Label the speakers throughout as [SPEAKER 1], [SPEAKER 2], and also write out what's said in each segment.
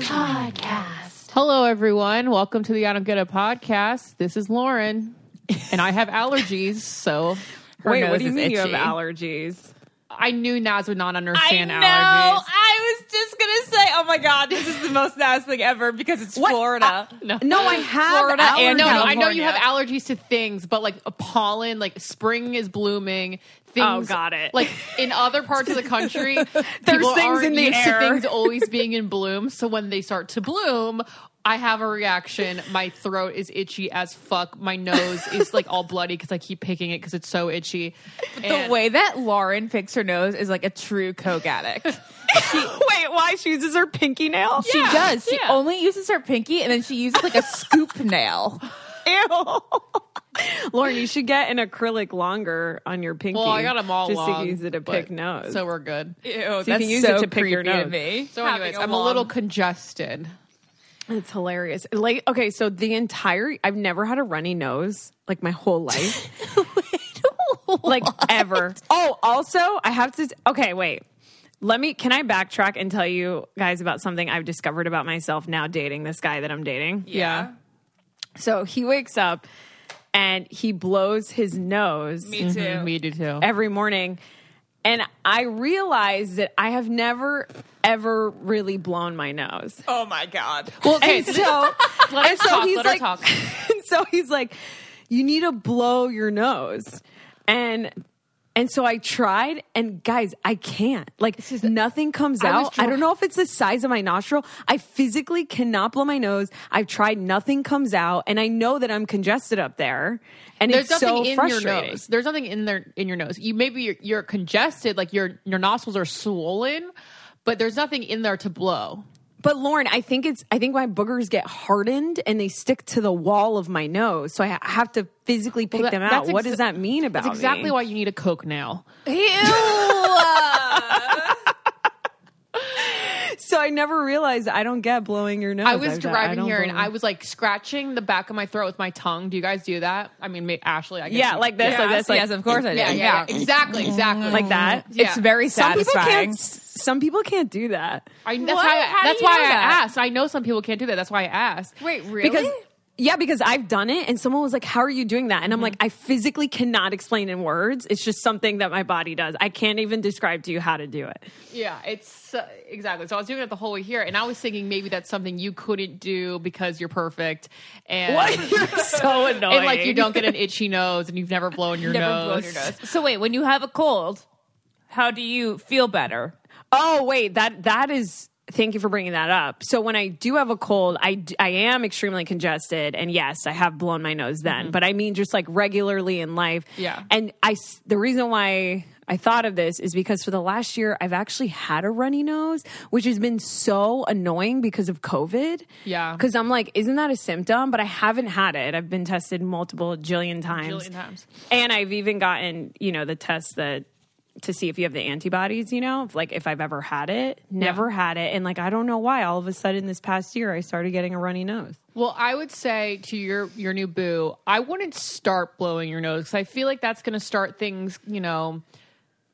[SPEAKER 1] Podcast.
[SPEAKER 2] Hello, everyone. Welcome to the I Don't Get It podcast. This is Lauren, and I have allergies, so her
[SPEAKER 3] Wait,
[SPEAKER 2] nose
[SPEAKER 3] what do you
[SPEAKER 2] is
[SPEAKER 3] mean you have
[SPEAKER 2] itchy.
[SPEAKER 3] allergies?
[SPEAKER 2] I knew Naz would not
[SPEAKER 3] I
[SPEAKER 2] understand
[SPEAKER 3] know.
[SPEAKER 2] allergies.
[SPEAKER 3] I was just gonna say, oh my god, this is the most Naz thing ever because it's Florida.
[SPEAKER 2] No,
[SPEAKER 3] Uh, no, I have
[SPEAKER 2] Florida and
[SPEAKER 3] allergies.
[SPEAKER 2] no, no, I know you
[SPEAKER 3] California.
[SPEAKER 2] have allergies to things, but like a pollen, like spring is blooming. Things,
[SPEAKER 3] Oh, got it.
[SPEAKER 2] Like in other parts of the country,
[SPEAKER 3] There's
[SPEAKER 2] people
[SPEAKER 3] things
[SPEAKER 2] aren't
[SPEAKER 3] in the
[SPEAKER 2] used to
[SPEAKER 3] air.
[SPEAKER 2] things always being in bloom. So when they start to bloom, I have a reaction. My throat is itchy as fuck. My nose is like all bloody because I keep picking it because it's so itchy.
[SPEAKER 3] the way that Lauren picks her nose is like a true coke addict.
[SPEAKER 4] Wait, why she uses her pinky nail?
[SPEAKER 3] she does. She
[SPEAKER 2] yeah.
[SPEAKER 3] only uses her pinky and then she uses like a scoop nail.
[SPEAKER 4] Ew. Lauren, you should get an acrylic longer on your pinky.
[SPEAKER 2] well, I got them all
[SPEAKER 4] just
[SPEAKER 2] long,
[SPEAKER 4] to use it to
[SPEAKER 2] but-
[SPEAKER 4] pick nose.
[SPEAKER 2] So we're good.
[SPEAKER 3] Ew,
[SPEAKER 4] you can use it to pick your
[SPEAKER 3] creepy to
[SPEAKER 4] nose.
[SPEAKER 3] me.
[SPEAKER 2] So,
[SPEAKER 3] Having
[SPEAKER 2] anyways, I'm a
[SPEAKER 3] long-
[SPEAKER 2] little congested.
[SPEAKER 4] it's hilarious. Like, okay, so the entire I've never had a runny nose like my whole life, like ever. Oh, also, I have to. Okay, wait. Let me. Can I backtrack and tell you guys about something I've discovered about myself now dating this guy that I'm dating?
[SPEAKER 2] Yeah.
[SPEAKER 4] So he wakes up and he blows his nose.
[SPEAKER 3] Me too.
[SPEAKER 2] We do Mm-hmm, too.
[SPEAKER 4] every morning. And I realized that I have never, ever really blown my nose.
[SPEAKER 3] Oh my god.
[SPEAKER 4] Well, okay, and so,
[SPEAKER 2] Let her
[SPEAKER 4] and so
[SPEAKER 2] talk,
[SPEAKER 4] he's
[SPEAKER 2] let her
[SPEAKER 4] like,
[SPEAKER 2] talk.
[SPEAKER 4] and so he's like, you need to blow your nose, and and so I tried, and guys, I can't. Like nothing comes
[SPEAKER 2] I was
[SPEAKER 4] out. I don't know if it's the size of my nostril. I physically cannot blow my nose. I've tried, nothing comes out, and I know that I'm congested up there, and
[SPEAKER 2] There's
[SPEAKER 4] it's so
[SPEAKER 2] nothing in your
[SPEAKER 4] frustrating.
[SPEAKER 2] nose. There's nothing in there in your nose. You maybe you're, you're congested, like your your nostrils are swollen, but there's nothing in there to blow.
[SPEAKER 4] But Lauren, I think it's I think my boogers get hardened and they stick to the wall of my nose, so I ha- have to physically pick
[SPEAKER 2] Well, that-
[SPEAKER 4] them out.
[SPEAKER 2] that's
[SPEAKER 4] what
[SPEAKER 2] exa-
[SPEAKER 4] does that mean about
[SPEAKER 2] That's exactly
[SPEAKER 4] me?
[SPEAKER 2] why you need a coke nail.
[SPEAKER 4] so I never realized I don't get blowing your nose.
[SPEAKER 2] I was
[SPEAKER 4] don't-
[SPEAKER 2] driving
[SPEAKER 4] don't
[SPEAKER 2] here and
[SPEAKER 4] blow-
[SPEAKER 2] I was like scratching the back of my throat with my tongue. Do you guys do that? I mean, may- Ashley, I guess.
[SPEAKER 4] yeah,
[SPEAKER 2] you-
[SPEAKER 4] like this, like this, like
[SPEAKER 3] yes, of course I do.
[SPEAKER 2] yeah, yeah, yeah. exactly, exactly,
[SPEAKER 4] like that.
[SPEAKER 2] Yeah.
[SPEAKER 3] It's very
[SPEAKER 4] Some people
[SPEAKER 3] satisfying.
[SPEAKER 4] can't. s- Some people can't do that.
[SPEAKER 2] I, that's
[SPEAKER 3] What?
[SPEAKER 2] why.
[SPEAKER 3] How
[SPEAKER 2] I,
[SPEAKER 3] do
[SPEAKER 2] that's
[SPEAKER 3] you
[SPEAKER 2] why
[SPEAKER 3] know
[SPEAKER 2] I
[SPEAKER 3] that?
[SPEAKER 2] asked. I know some people can't do that. That's why I asked.
[SPEAKER 3] Wait, really?
[SPEAKER 4] Because yeah, because I've done it, and someone was like, "How are you doing that?"
[SPEAKER 2] Mm-hmm.
[SPEAKER 4] And I'm like, "I physically cannot explain in words. It's just something that my body does. I can't even describe to you how to do it."
[SPEAKER 2] Yeah, it's uh, exactly. So I was doing it the whole way here, and I was thinking maybe that's something you couldn't do because you're perfect and
[SPEAKER 4] so annoying.
[SPEAKER 2] and like you don't get an itchy nose and you've never blown your
[SPEAKER 3] Never
[SPEAKER 2] nose.
[SPEAKER 3] blown your nose. So wait, when you have a cold, how do you feel better?
[SPEAKER 4] Oh wait, that that is. Thank you for bringing that up. So when I do have a cold, I d- I am extremely congested, and yes, I have blown my nose then. But I mean, just like regularly in life.
[SPEAKER 2] Mm-hmm. Yeah.
[SPEAKER 4] And I s- the reason why I thought of this is because for the last year, I've actually had a runny nose, which has been so annoying because of COVID.
[SPEAKER 2] Yeah.
[SPEAKER 4] Because I'm like, isn't that a symptom? But I haven't had it. I've been tested multiple jillion times.
[SPEAKER 2] Jillion times.
[SPEAKER 4] And I've even gotten, you know, the test that to see if you have the antibodies, you know, if, like if I've ever had it, never had it. And like, I don't know why all of a sudden this past year I started getting a runny nose.
[SPEAKER 2] Well, I would say to your your new boo, I wouldn't start blowing your nose because I feel like that's going to start things. You know,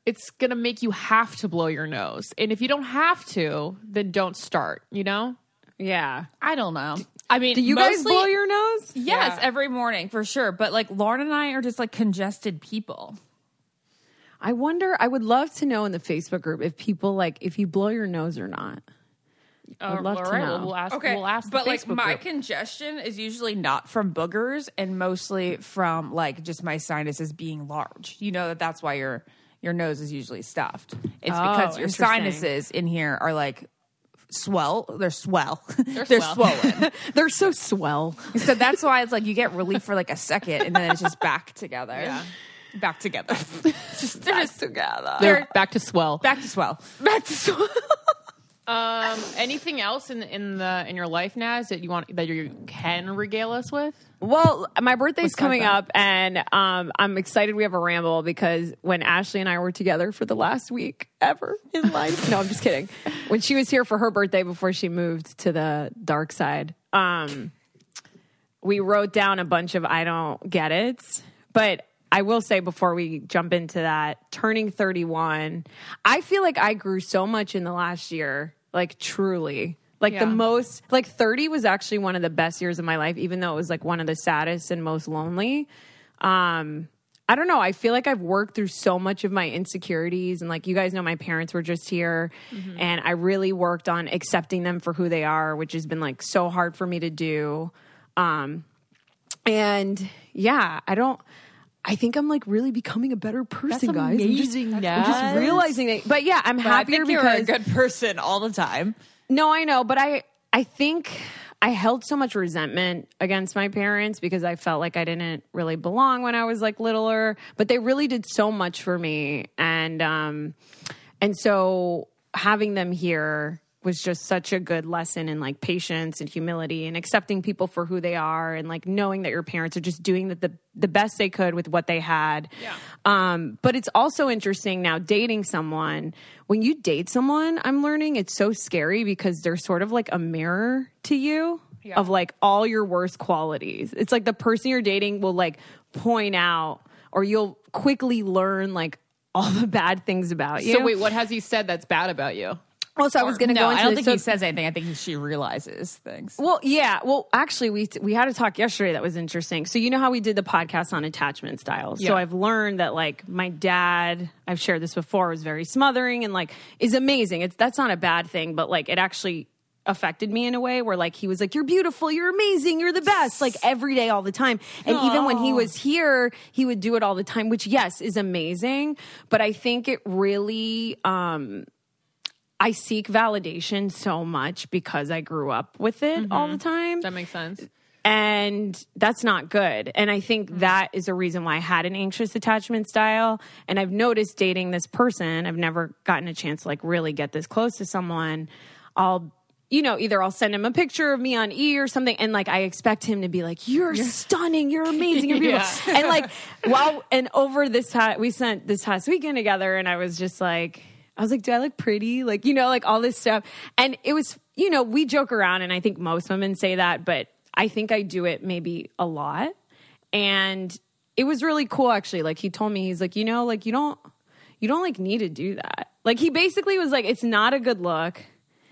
[SPEAKER 2] it's going to make you have to blow your nose, and if you don't have to, then don't start. You know.
[SPEAKER 4] Yeah.
[SPEAKER 3] I don't know. I mean,
[SPEAKER 4] Do you guys
[SPEAKER 3] mostly-
[SPEAKER 4] blow your nose?
[SPEAKER 3] Yes,
[SPEAKER 2] Yeah.
[SPEAKER 3] every morning for sure. But like Lauren and I are just like congested people.
[SPEAKER 4] I wonder, I would love to know in the Facebook group if people like, if you blow your nose or not.
[SPEAKER 2] Uh,
[SPEAKER 4] love to
[SPEAKER 2] all right, well,
[SPEAKER 4] know.
[SPEAKER 2] We'll ask. We'll ask. the
[SPEAKER 3] but like
[SPEAKER 2] Facebook
[SPEAKER 3] my
[SPEAKER 2] group.
[SPEAKER 3] congestion is usually not from boogers and mostly from like just my sinuses being large. You know that that's why your your nose is usually stuffed. It's because your
[SPEAKER 4] interesting.
[SPEAKER 3] sinuses in here are like swell. They're swell. They're,
[SPEAKER 2] swell.
[SPEAKER 3] swollen.
[SPEAKER 4] They're so swell.
[SPEAKER 3] so that's why it's like you get relief for like a second and then it's just back together.
[SPEAKER 2] Yeah.
[SPEAKER 3] back together. just they're just together.
[SPEAKER 2] They're back to swell.
[SPEAKER 3] back to swell.
[SPEAKER 4] Back to swell.
[SPEAKER 2] Um, anything else in in the in your life, Naz, that you want that you can regale us with?
[SPEAKER 4] Well, my birthday's
[SPEAKER 3] What's
[SPEAKER 4] coming
[SPEAKER 3] that?
[SPEAKER 4] up, and um, I'm excited we have a ramble because when Ashley and I were together for the last week ever in life, no, I'm just kidding. When she was here for her birthday before she moved to the dark side, um, we wrote down a bunch of I don't get it. But I will say before we jump into that, turning 31, I feel like I grew so much in the last year, like truly. Like the
[SPEAKER 2] Yeah.
[SPEAKER 4] most, like 30 was actually one of the best years of my life, even though it was like one of the saddest and most lonely. Um, I don't know. I feel like I've worked through so much of my insecurities. And like you guys know, my parents were just here.
[SPEAKER 3] Mm-hmm.
[SPEAKER 4] And I really worked on accepting them for who they are, which has been like so hard for me to do. Um, and yeah, I don't. I think I'm like really becoming a better person, guys. I'm just, I'm just realizing it. But yeah, I'm
[SPEAKER 3] I
[SPEAKER 4] happier
[SPEAKER 3] think you're a
[SPEAKER 4] because
[SPEAKER 3] good person all the time.
[SPEAKER 4] no, I know, but I I think I held so much resentment against my parents because I felt like I didn't really belong when I was like littler, but they really did so much for me and um and so having them here was just such a good lesson in like patience and humility and accepting people for who they are and like knowing that your parents are just doing the the, the best they could with what they had. Yeah. Um, but it's also interesting now dating someone. When you date someone, I'm learning it's so scary because they're sort of like a mirror to you of like all your worst qualities. It's like the person you're dating will like point out or you'll quickly learn like all the bad things about you.
[SPEAKER 2] So wait, what has he said that's bad about you?
[SPEAKER 4] Also, I was going to
[SPEAKER 3] No,
[SPEAKER 4] go into
[SPEAKER 3] I don't think
[SPEAKER 4] this. So-
[SPEAKER 3] he says anything. I think he- she realizes things.
[SPEAKER 4] well, yeah. Well, actually, we we had a talk yesterday that was interesting. So you know how we did the podcast on attachment styles. So
[SPEAKER 2] Yeah.
[SPEAKER 4] I've learned that like my dad, I've shared this before, was very smothering and like is amazing. It's that's not a bad thing, but like it actually affected me in a way where like he was like you're beautiful you're amazing you're the best like every day all the time and even when he was here he would do it all the time which yes is amazing but i think it really um I seek validation so much because I grew up with it all the
[SPEAKER 2] Mm-hmm.
[SPEAKER 4] time.
[SPEAKER 2] That makes sense.
[SPEAKER 4] And that's not good. And I think that is a reason why I had an anxious attachment style. And I've noticed dating this person, I've never gotten a chance to like really get this close to someone. I'll, you know, either I'll send him a picture of me on E or something. And like, I expect him to be like, you're, stunning. You're amazing. You're beautiful. And like, wow. And over this time, we sent this past weekend together and I was just like, I was like, do I look pretty? Like, you know, like all this stuff. And it was, you know, we joke around and I think most women say that, but I think I do it maybe a lot. And it was really cool actually. Like he told me, he's like, you know, like you don't you don't like need to do that. Like he basically was like, it's not a good look.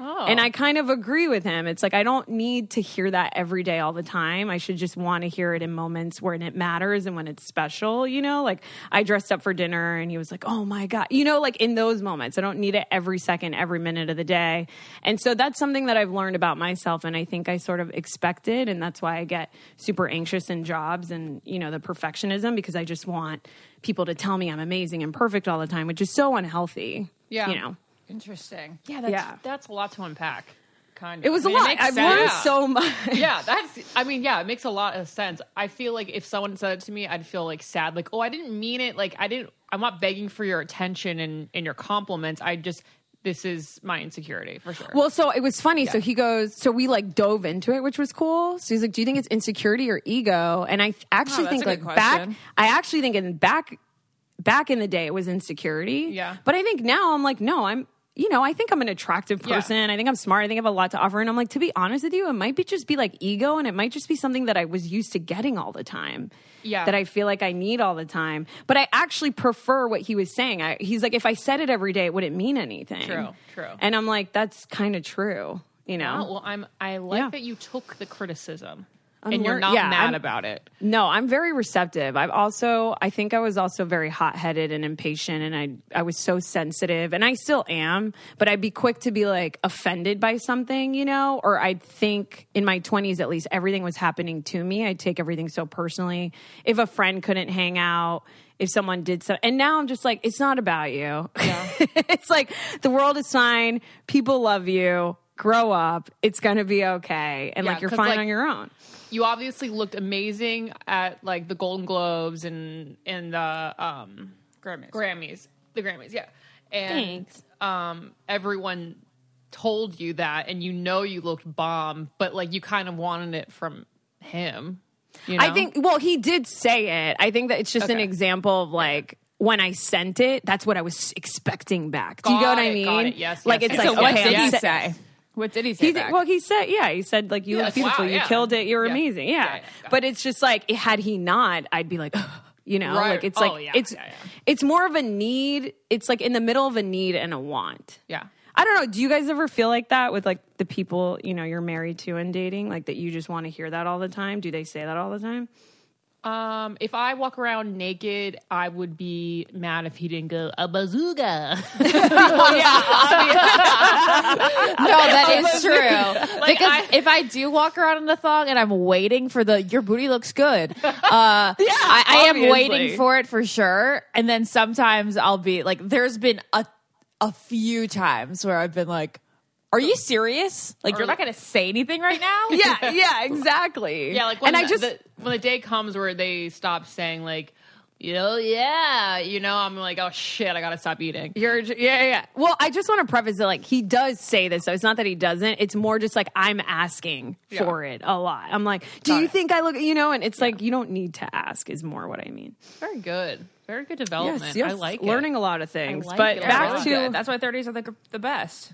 [SPEAKER 2] Oh.
[SPEAKER 4] And I kind of agree with him. It's like I don't need to hear that every day all the time. I should just want to hear it in moments when it matters and when it's special, you know? Like I dressed up for dinner and he was like, "Oh my god." You know, like in those moments. I don't need it every second, every minute of the day. And so that's something that I've learned about myself and I think I sort of expected and that's why I get super anxious in jobs and, you know, the perfectionism because I just want people to tell me I'm amazing and perfect all the time, which is so unhealthy.
[SPEAKER 2] Yeah.
[SPEAKER 4] You know.
[SPEAKER 3] Interesting.
[SPEAKER 2] Yeah, that's
[SPEAKER 4] Yeah.
[SPEAKER 2] that's a lot to unpack. Kind of.
[SPEAKER 4] It was
[SPEAKER 2] I
[SPEAKER 4] a
[SPEAKER 2] mean,
[SPEAKER 4] lot.
[SPEAKER 2] makes
[SPEAKER 4] I've
[SPEAKER 2] sense.
[SPEAKER 4] learned
[SPEAKER 2] Yeah.
[SPEAKER 4] so much.
[SPEAKER 2] yeah, that's. I mean, yeah, it makes a lot of sense. I feel like if someone said it to me, I'd feel like sad. Like, oh, I didn't mean it. Like, I didn't. I'm not begging for your attention and and your compliments. I just this is my insecurity for sure.
[SPEAKER 4] Well, so it was funny. So he goes, so we like dove into it, which was cool. So he's like, do you think it's insecurity or ego? And I th- actually
[SPEAKER 3] that's
[SPEAKER 2] Oh,
[SPEAKER 4] think
[SPEAKER 3] a good
[SPEAKER 4] like back,
[SPEAKER 3] question.
[SPEAKER 4] I actually think in back, back in the day it was insecurity.
[SPEAKER 2] Yeah.
[SPEAKER 4] But I think now I'm like, no, I'm, you know, I think I'm an attractive
[SPEAKER 2] Yeah.
[SPEAKER 4] person. I think I'm smart. I think I have a lot to offer. And I'm like, to be honest with you, it might be just be like ego and it might just be something that I was used to getting all the time.
[SPEAKER 2] Yeah.
[SPEAKER 4] That I feel like I need all the time. But I actually prefer what he was saying. I, he's like, if I said it every day, it wouldn't mean anything.
[SPEAKER 2] True, true.
[SPEAKER 4] And I'm like, that's kind of true, you know?
[SPEAKER 2] Oh, well, I'm. I like
[SPEAKER 4] Yeah.
[SPEAKER 2] that you took the criticism and you're
[SPEAKER 4] lear-
[SPEAKER 2] not
[SPEAKER 4] yeah,
[SPEAKER 2] mad
[SPEAKER 4] I'm-
[SPEAKER 2] about it.
[SPEAKER 4] No, I'm very receptive. I've also, I think I was also very hot headed and impatient, and I, I was so sensitive, and I still am. But I'd be quick to be like offended by something, you know, or I'd think in my 20s at least everything was happening to me. I'd take everything so personally. If a friend couldn't hang out, if someone did so, and now I'm just like, it's not about you. it's like the world is fine. People love you. Grow up. It's gonna be okay, and
[SPEAKER 2] Yeah,
[SPEAKER 4] like you're
[SPEAKER 2] 'cause,
[SPEAKER 4] fine
[SPEAKER 2] like,
[SPEAKER 4] on your own.
[SPEAKER 2] you obviously looked amazing at like the Golden Globes and and the um,
[SPEAKER 3] Grimace.
[SPEAKER 2] Grammys, the Grammys, yeah. And
[SPEAKER 1] Thanks.
[SPEAKER 2] um, everyone told you that, and you know you looked bomb, but like you kind of wanted it from him. You know?
[SPEAKER 4] I think. Well, he did say it. I think that it's just an
[SPEAKER 2] Okay.
[SPEAKER 4] example of like when I sent it, that's what I was expecting back. Do you
[SPEAKER 2] Got
[SPEAKER 4] know what I
[SPEAKER 2] it,
[SPEAKER 4] mean?
[SPEAKER 2] got it. Yes,
[SPEAKER 4] Like
[SPEAKER 2] yes,
[SPEAKER 4] it's
[SPEAKER 2] yes,
[SPEAKER 4] like
[SPEAKER 3] so what
[SPEAKER 4] okay,
[SPEAKER 3] did
[SPEAKER 4] I'm
[SPEAKER 3] he
[SPEAKER 4] se-
[SPEAKER 3] say? What did he say?
[SPEAKER 4] He
[SPEAKER 3] back?
[SPEAKER 4] did, well, he said, yeah, he said, like, you
[SPEAKER 2] Yeah,
[SPEAKER 4] look
[SPEAKER 2] wow,
[SPEAKER 4] beautiful, you
[SPEAKER 2] yeah.
[SPEAKER 4] killed it, you're
[SPEAKER 2] Yeah.
[SPEAKER 4] amazing, yeah.
[SPEAKER 2] Yeah, yeah, got
[SPEAKER 4] but it's just like, it- had he not, I'd be like, you know,
[SPEAKER 2] Right.
[SPEAKER 4] like it's
[SPEAKER 2] Oh,
[SPEAKER 4] like
[SPEAKER 2] yeah,
[SPEAKER 4] it's
[SPEAKER 2] yeah, yeah.
[SPEAKER 4] it's more of a need. It's like in the middle of a need and a want.
[SPEAKER 2] Yeah.
[SPEAKER 4] I don't know. Do you guys ever feel like that with like the people you know you're married to and dating, like that you just want to hear that all the time? Do they say that all the time?
[SPEAKER 2] Um, if I walk around naked, I would be mad if he didn't go a bazooka.
[SPEAKER 5] No, that is true. because
[SPEAKER 2] I-
[SPEAKER 5] if I do walk around in a thong and I'm waiting for the your booty looks good, uh, I, I am
[SPEAKER 2] obviously.
[SPEAKER 5] waiting for it for sure. And then sometimes I'll be like, there's been a a few times where I've been like, "Are you serious? Like you're not going to say anything right now?"
[SPEAKER 4] Yeah, yeah, exactly.
[SPEAKER 2] Yeah, like when
[SPEAKER 4] and I
[SPEAKER 2] the-
[SPEAKER 4] just
[SPEAKER 2] the, when the day comes where they stop saying like, you know, yeah, you know, I'm like, oh shit, I gotta stop eating.
[SPEAKER 4] You're yeah, yeah, yeah. Well, I just want to preface that like he does say this, so it's not that he doesn't. It's more just like I'm asking
[SPEAKER 2] Yeah.
[SPEAKER 4] for it a lot. I'm like, do you think I look, you know? And it's like you don't need to ask is more what I mean.
[SPEAKER 2] Very good, very good development. I like
[SPEAKER 4] learning
[SPEAKER 2] It.
[SPEAKER 4] a lot of things,
[SPEAKER 2] like
[SPEAKER 4] but
[SPEAKER 2] it.
[SPEAKER 3] They're
[SPEAKER 4] back
[SPEAKER 3] really
[SPEAKER 4] to
[SPEAKER 3] good. that's why 30s are the, the best.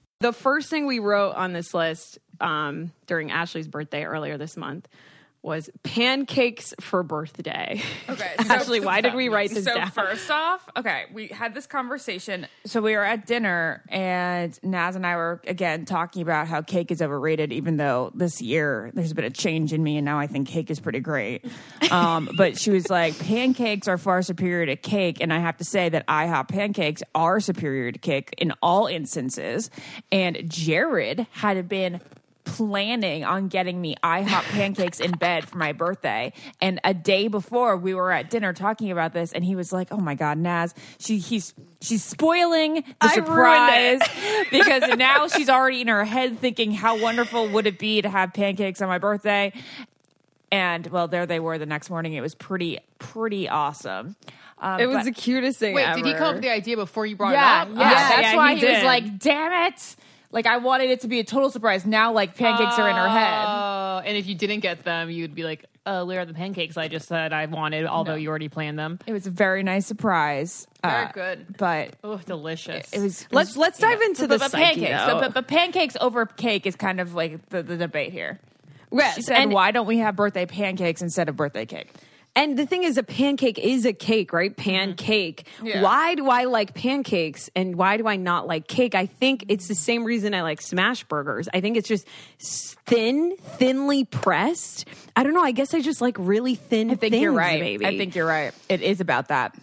[SPEAKER 4] the first thing we wrote on this list um, during Ashley's birthday earlier this month was pancakes for birthday.
[SPEAKER 3] Okay.
[SPEAKER 4] Ashley, why did we write this
[SPEAKER 3] so
[SPEAKER 4] down?
[SPEAKER 3] first off, okay, we had this conversation. So we were at dinner, and Naz and I were again talking about how cake is overrated. Even though this year there's been a change in me, and now I think cake is pretty great. Um, but she was like, pancakes are far superior to cake, and I have to say that IHOP pancakes are superior to cake in all instances. And Jared had been planning on getting me IHOP pancakes in bed for my birthday. And a day before we were at dinner talking about this and he was like, "Oh my god, Naz, she he's she's spoiling the surprise because now she's already in her head thinking how wonderful would it be to have pancakes on my birthday." And well, there they were the next morning. It was pretty pretty awesome. Um,
[SPEAKER 4] It was
[SPEAKER 3] but-
[SPEAKER 4] the cutest thing.
[SPEAKER 2] Wait, did he come up
[SPEAKER 4] ever.
[SPEAKER 2] with the idea before you brought
[SPEAKER 5] Yeah,
[SPEAKER 2] it
[SPEAKER 5] yeah.
[SPEAKER 2] up?
[SPEAKER 5] That's
[SPEAKER 4] yeah,
[SPEAKER 5] why
[SPEAKER 4] he
[SPEAKER 5] he, was
[SPEAKER 4] did.
[SPEAKER 5] like, "Damn it!" Like I wanted it to be a total surprise. Now, like pancakes are in her head.
[SPEAKER 2] Uh, and if you didn't get them, you'd be like, uh, where are the pancakes I just said I wanted, although you already planned them?
[SPEAKER 3] it was a very nice surprise. uh,
[SPEAKER 2] Very good.
[SPEAKER 3] But
[SPEAKER 2] Oh, delicious.
[SPEAKER 3] it was it
[SPEAKER 4] Let's
[SPEAKER 3] was-
[SPEAKER 4] let's dive into the,
[SPEAKER 3] but, but
[SPEAKER 4] psyche,
[SPEAKER 3] pancakes.
[SPEAKER 4] though.
[SPEAKER 3] But, but, but pancakes over cake is kind of like the, the debate here.
[SPEAKER 4] Yes,
[SPEAKER 3] She said,
[SPEAKER 4] and-
[SPEAKER 3] "Why don't we have birthday pancakes instead of birthday cake?"
[SPEAKER 4] And the thing is, a pancake is a cake, right? Pancake. Why do I like pancakes and why do I not like cake? I think it's the same reason I like smash burgers. I think it's just s- thin, thinly pressed. I don't know. I guess I just like really thin.
[SPEAKER 3] I think you're right. I think you're right. It is about that.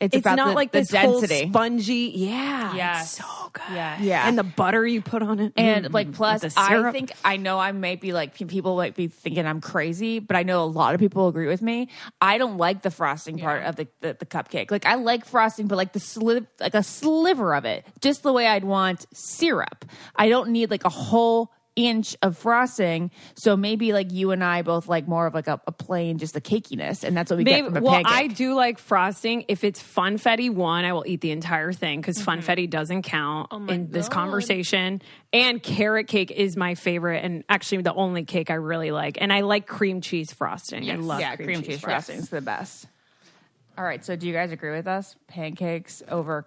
[SPEAKER 3] It's,
[SPEAKER 4] It's
[SPEAKER 3] about
[SPEAKER 4] not
[SPEAKER 3] the,
[SPEAKER 4] like
[SPEAKER 3] the
[SPEAKER 4] this
[SPEAKER 3] density.
[SPEAKER 4] whole spongy. Yeah.
[SPEAKER 3] Yes. Mm-hmm.
[SPEAKER 4] It's so good.
[SPEAKER 3] Yeah.
[SPEAKER 4] And the butter you put on it.
[SPEAKER 3] and
[SPEAKER 4] Mm.
[SPEAKER 3] like plus
[SPEAKER 4] With the
[SPEAKER 3] i
[SPEAKER 4] syrup.
[SPEAKER 3] think i know i might be like pe- people might be thinking i'm crazy but i know a lot of people agree with me i don't like the frosting part of the, the, the cupcake like i like frosting but like the sliv- like a sliver of it just the way i'd want syrup i don't need like a whole inch of frosting. So maybe like you and I both like more of like a, a plain, just the cakiness, and that's what we
[SPEAKER 4] They,
[SPEAKER 3] get from a
[SPEAKER 4] well, I
[SPEAKER 3] pancake.
[SPEAKER 4] do like frosting. If it's funfetti one, I will eat the entire thing because
[SPEAKER 3] Mm-hmm.
[SPEAKER 4] funfetti doesn't count
[SPEAKER 3] Oh
[SPEAKER 4] in this conversation. And carrot cake is my favorite, and actually the only cake I really like. And I like cream cheese frosting. I love
[SPEAKER 3] yeah,
[SPEAKER 4] cream, cheese, frosting.
[SPEAKER 3] frosting's the best. All right, so do you guys agree with us? Pancakes over,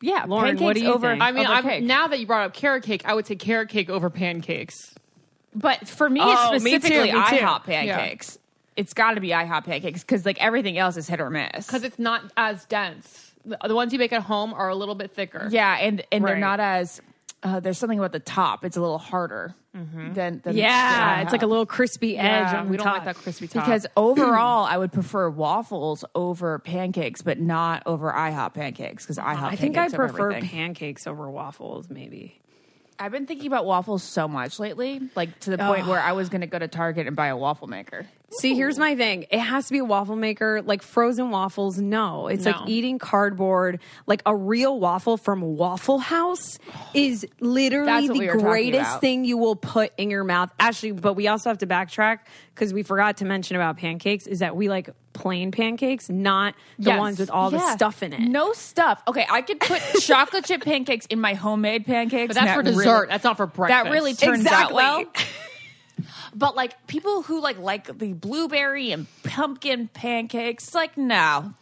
[SPEAKER 3] yeah,
[SPEAKER 4] Lauren,
[SPEAKER 3] pancakes
[SPEAKER 4] what do you
[SPEAKER 3] over.
[SPEAKER 4] think?
[SPEAKER 2] I mean,
[SPEAKER 3] over
[SPEAKER 2] I'm,
[SPEAKER 3] cake.
[SPEAKER 2] now that you brought up carrot cake, I would say carrot cake over pancakes.
[SPEAKER 3] But for me,
[SPEAKER 4] Oh, me
[SPEAKER 3] it's
[SPEAKER 4] too, me
[SPEAKER 3] specifically
[SPEAKER 4] too.
[SPEAKER 3] IHOP pancakes. It's got to be IHOP pancakes because like everything else is hit or miss.
[SPEAKER 2] because it's not as dense. The, the ones you make at home are a little bit thicker.
[SPEAKER 3] yeah, and and
[SPEAKER 4] Right.
[SPEAKER 3] they're not as. Uh, there's something about the top. It's a little harder than, than
[SPEAKER 4] Mm-hmm. Yeah,
[SPEAKER 3] than
[SPEAKER 4] it's like a
[SPEAKER 3] IHOP.
[SPEAKER 4] little crispy edge
[SPEAKER 2] Yeah,
[SPEAKER 4] on the
[SPEAKER 2] we don't
[SPEAKER 4] top.
[SPEAKER 2] like that crispy top.
[SPEAKER 3] because overall, I would prefer waffles over pancakes, but not over IHOP pancakes because IHOP.
[SPEAKER 4] I think I
[SPEAKER 3] pancakes over
[SPEAKER 4] prefer
[SPEAKER 3] everything.
[SPEAKER 4] pancakes over waffles, maybe.
[SPEAKER 3] I've been thinking about waffles so much lately, like to the point where I was going to go to Target and buy a waffle maker.
[SPEAKER 4] See, here's my thing. It has to be a waffle maker, like frozen waffles. No, it's
[SPEAKER 2] No.
[SPEAKER 4] like eating cardboard. Like a real waffle from Waffle House is
[SPEAKER 3] That's
[SPEAKER 4] literally
[SPEAKER 3] what we
[SPEAKER 4] the
[SPEAKER 3] were talking
[SPEAKER 4] greatest
[SPEAKER 3] about.
[SPEAKER 4] thing you will put in your mouth. Actually, but we also have to backtrack because we forgot to mention about pancakes is that we like plain pancakes, not the
[SPEAKER 2] Yes.
[SPEAKER 4] ones with all the
[SPEAKER 3] Yeah.
[SPEAKER 4] stuff in it.
[SPEAKER 3] No stuff. Okay, I could put chocolate chip pancakes in my homemade pancakes.
[SPEAKER 2] but that's
[SPEAKER 3] and
[SPEAKER 2] for
[SPEAKER 3] that really-
[SPEAKER 2] dessert. that's not for breakfast.
[SPEAKER 3] that really turns out
[SPEAKER 4] Exactly.
[SPEAKER 3] well. But like people who like like the blueberry and pumpkin pancakes, it's like no,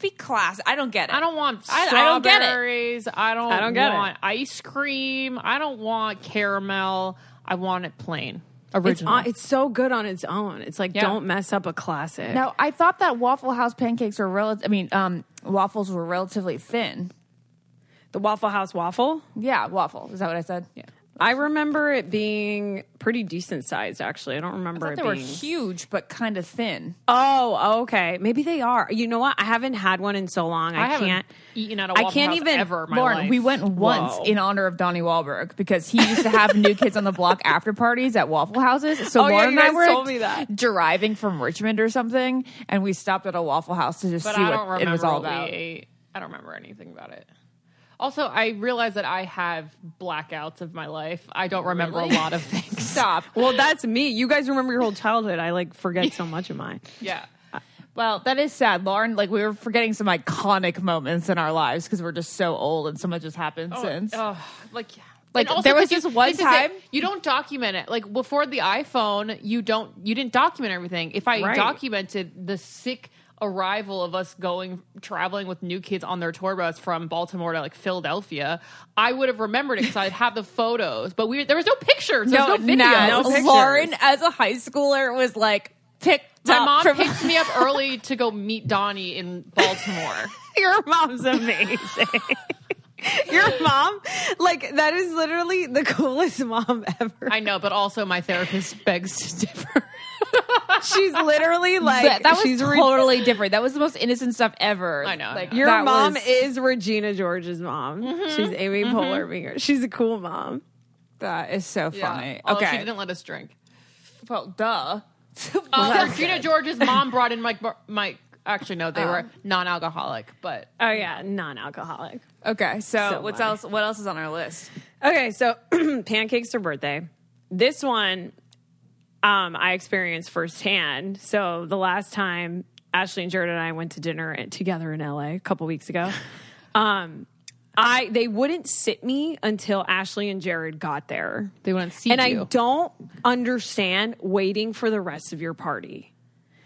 [SPEAKER 3] be class. I don't get it.
[SPEAKER 2] I don't want
[SPEAKER 3] I- I don't get it.
[SPEAKER 2] strawberries. I don't. I
[SPEAKER 4] don't get it.
[SPEAKER 2] want ice cream. I don't want caramel. I want it plain.
[SPEAKER 4] It's,
[SPEAKER 2] Original.
[SPEAKER 4] on, it's so good on its own. It's like,
[SPEAKER 2] Yeah.
[SPEAKER 4] don't mess up a classic.
[SPEAKER 3] Now I thought that Waffle House pancakes were relative. I mean, um, waffles were relatively thin.
[SPEAKER 4] The Waffle House waffle.
[SPEAKER 3] Yeah, waffle. Is that what I said? Yeah.
[SPEAKER 4] I remember it being pretty decent sized, actually. I don't remember
[SPEAKER 3] But
[SPEAKER 4] it
[SPEAKER 3] they were
[SPEAKER 4] being.
[SPEAKER 3] huge, but kind of thin.
[SPEAKER 4] Oh, okay. Maybe they are. You know what? I haven't had one in so long. I,
[SPEAKER 2] I haven't
[SPEAKER 4] can't.
[SPEAKER 2] eaten at a
[SPEAKER 4] I
[SPEAKER 2] Waffle
[SPEAKER 4] can't
[SPEAKER 2] House
[SPEAKER 4] even-
[SPEAKER 2] ever. in My
[SPEAKER 3] Lauren,
[SPEAKER 2] life.
[SPEAKER 3] we went once
[SPEAKER 4] Whoa.
[SPEAKER 3] in honor of Donnie Wahlberg because he used to have new kids on the block after parties at Waffle Houses. So
[SPEAKER 4] Oh, yeah,
[SPEAKER 3] Lauren
[SPEAKER 4] you
[SPEAKER 3] and I
[SPEAKER 4] guys
[SPEAKER 3] were
[SPEAKER 4] told me that.
[SPEAKER 3] driving from Richmond or something, and we stopped at a Waffle House to just
[SPEAKER 2] but
[SPEAKER 3] see
[SPEAKER 2] I don't
[SPEAKER 3] what
[SPEAKER 2] remember
[SPEAKER 3] it was all
[SPEAKER 2] what
[SPEAKER 3] about.
[SPEAKER 2] We ate. I don't remember anything about it. Also, I realize that I have blackouts of my life. I don't remember a lot of things.
[SPEAKER 3] Stop.
[SPEAKER 4] Well, that's me. You guys remember your whole childhood. I like forget so much of mine.
[SPEAKER 2] Yeah.
[SPEAKER 3] Well, that is sad, Lauren. Like we were forgetting some iconic moments in our lives because we're just so old and so much has happened since.
[SPEAKER 2] Ugh, like, yeah.
[SPEAKER 3] Like,
[SPEAKER 2] And also
[SPEAKER 3] there was
[SPEAKER 2] because
[SPEAKER 3] this one
[SPEAKER 2] is it.
[SPEAKER 3] time-
[SPEAKER 2] you don't document it. Like before the iPhone, you don't you didn't document everything. If I
[SPEAKER 4] Right.
[SPEAKER 2] documented the sick arrival of us going traveling with new kids on their tour bus from Baltimore to like Philadelphia, I would have remembered it because I'd have the photos. But we there was no pictures. There was no video.
[SPEAKER 4] no pictures.
[SPEAKER 5] Lauren, as a high schooler, was like picked
[SPEAKER 2] My
[SPEAKER 5] up
[SPEAKER 2] mom
[SPEAKER 5] from
[SPEAKER 2] picked me up early to go meet Donnie in Baltimore.
[SPEAKER 4] Your mom's amazing. your mom, like, that is literally the coolest mom ever.
[SPEAKER 2] I know, but also my therapist begs to differ.
[SPEAKER 4] she's literally like,
[SPEAKER 3] But that was
[SPEAKER 4] she's re-
[SPEAKER 3] totally different. That was the most innocent stuff ever.
[SPEAKER 2] I know, I
[SPEAKER 3] Like
[SPEAKER 2] know.
[SPEAKER 4] Your
[SPEAKER 3] that
[SPEAKER 4] mom
[SPEAKER 3] was-
[SPEAKER 4] is Regina George's mom. She's Amy Poehler Binger. She's a cool mom.
[SPEAKER 3] that is so funny.
[SPEAKER 2] Although
[SPEAKER 3] okay.
[SPEAKER 2] she didn't let us drink.
[SPEAKER 3] well, duh.
[SPEAKER 2] Uh, Regina George's mom brought in Mike. Bar- Mike. Actually, no, they were non-alcoholic, but
[SPEAKER 4] Oh yeah, non-alcoholic.
[SPEAKER 3] Okay, so,
[SPEAKER 4] So
[SPEAKER 3] what's
[SPEAKER 4] funny.
[SPEAKER 3] else? What else is on our list?
[SPEAKER 4] Okay, so pancakes for birthday. This one um, I experienced firsthand. So the last time Ashley and Jared and I went to dinner at- together in LA a couple weeks ago, um, I they wouldn't sit me until Ashley and Jared got there.
[SPEAKER 2] they wouldn't see
[SPEAKER 4] and
[SPEAKER 2] you.
[SPEAKER 4] I don't understand waiting for the rest of your party.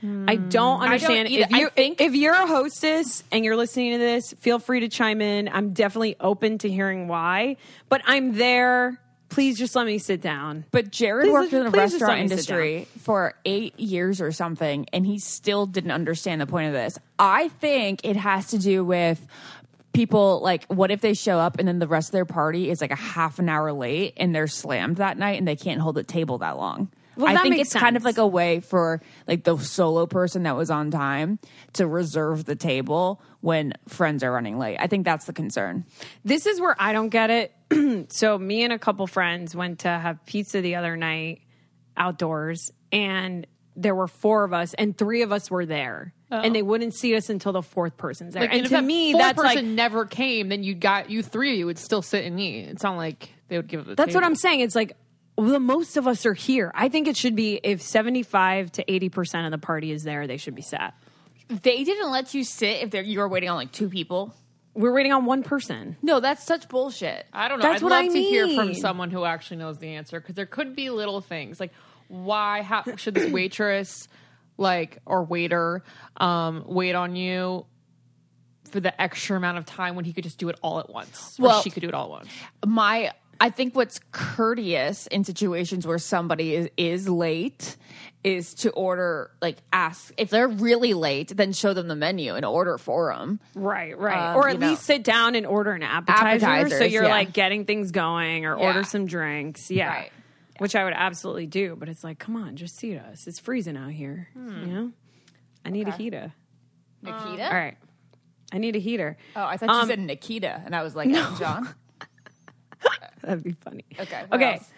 [SPEAKER 4] I don't understand
[SPEAKER 3] either.
[SPEAKER 4] if you
[SPEAKER 3] I think-
[SPEAKER 4] if you're a hostess and you're listening to this, feel free to chime in. I'm definitely open to hearing why, but I'm there. Please just let me sit down.
[SPEAKER 3] But Jared
[SPEAKER 4] Please
[SPEAKER 3] worked
[SPEAKER 4] just-
[SPEAKER 3] in the
[SPEAKER 4] please just
[SPEAKER 3] restaurant
[SPEAKER 4] let me sit
[SPEAKER 3] industry for eight years or something, and he still didn't understand the point of this. I think it has to do with people like what if they show up and then the rest of their party is like a half an hour late and they're slammed that night and they can't hold the table that long.
[SPEAKER 4] Well,
[SPEAKER 3] I
[SPEAKER 4] that
[SPEAKER 3] think it's
[SPEAKER 4] makes
[SPEAKER 3] kind of
[SPEAKER 4] sense.
[SPEAKER 3] like a way for like the solo person that was on time to reserve the table when friends are running late. I think that's the concern.
[SPEAKER 4] This is where I don't get it. so me and a couple friends went to have pizza the other night outdoors and there were four of us and three of us were there. And they wouldn't see us until the fourth person's there.
[SPEAKER 2] Oh. Like,
[SPEAKER 4] and
[SPEAKER 2] if
[SPEAKER 4] to
[SPEAKER 2] that
[SPEAKER 4] me,
[SPEAKER 2] fourth
[SPEAKER 4] that's
[SPEAKER 2] person
[SPEAKER 4] like
[SPEAKER 2] never came. Then you got you three. You would still sit and eat. It's not like they would give. it The
[SPEAKER 4] That's what
[SPEAKER 2] table.
[SPEAKER 4] I'm saying. It's like well, the most of us are here. I think it should be if 75 to 80% of the party is there, they should be sat.
[SPEAKER 3] They didn't let you sit if they're, you were waiting on like two people.
[SPEAKER 4] We're waiting on one person.
[SPEAKER 3] No, that's such bullshit.
[SPEAKER 2] I don't know.
[SPEAKER 4] That's
[SPEAKER 2] I'd
[SPEAKER 4] what
[SPEAKER 2] love
[SPEAKER 4] I
[SPEAKER 2] to hear from
[SPEAKER 4] mean.
[SPEAKER 2] someone who actually knows the answer because there could be little things like why how, should this waitress like or waiter um, wait on you for the extra amount of time when he could just do it all at once
[SPEAKER 3] Well-
[SPEAKER 2] or she could do it all at once.
[SPEAKER 3] my I think what's courteous in situations where somebody is, is late is to order like ask if they're really late then show them the menu and order for them.
[SPEAKER 4] Right, right.
[SPEAKER 3] Um,
[SPEAKER 4] or at
[SPEAKER 3] you know.
[SPEAKER 4] least sit down and order an appetizer. so
[SPEAKER 3] Appetizers,
[SPEAKER 4] you're
[SPEAKER 3] yeah.
[SPEAKER 4] like getting things going or
[SPEAKER 3] Yeah.
[SPEAKER 4] order some drinks. Yeah.
[SPEAKER 3] Right.
[SPEAKER 4] Which I would absolutely do. But it's like, come on, just seat us. It's freezing out here. You know? I need a heater.
[SPEAKER 3] Hmm. Nikita?
[SPEAKER 4] All right. I need a heater.
[SPEAKER 3] Oh, I thought you said Nikita and I was like, "Oh, John.
[SPEAKER 4] That'd be funny.
[SPEAKER 3] Okay. what
[SPEAKER 4] Okay.
[SPEAKER 3] else?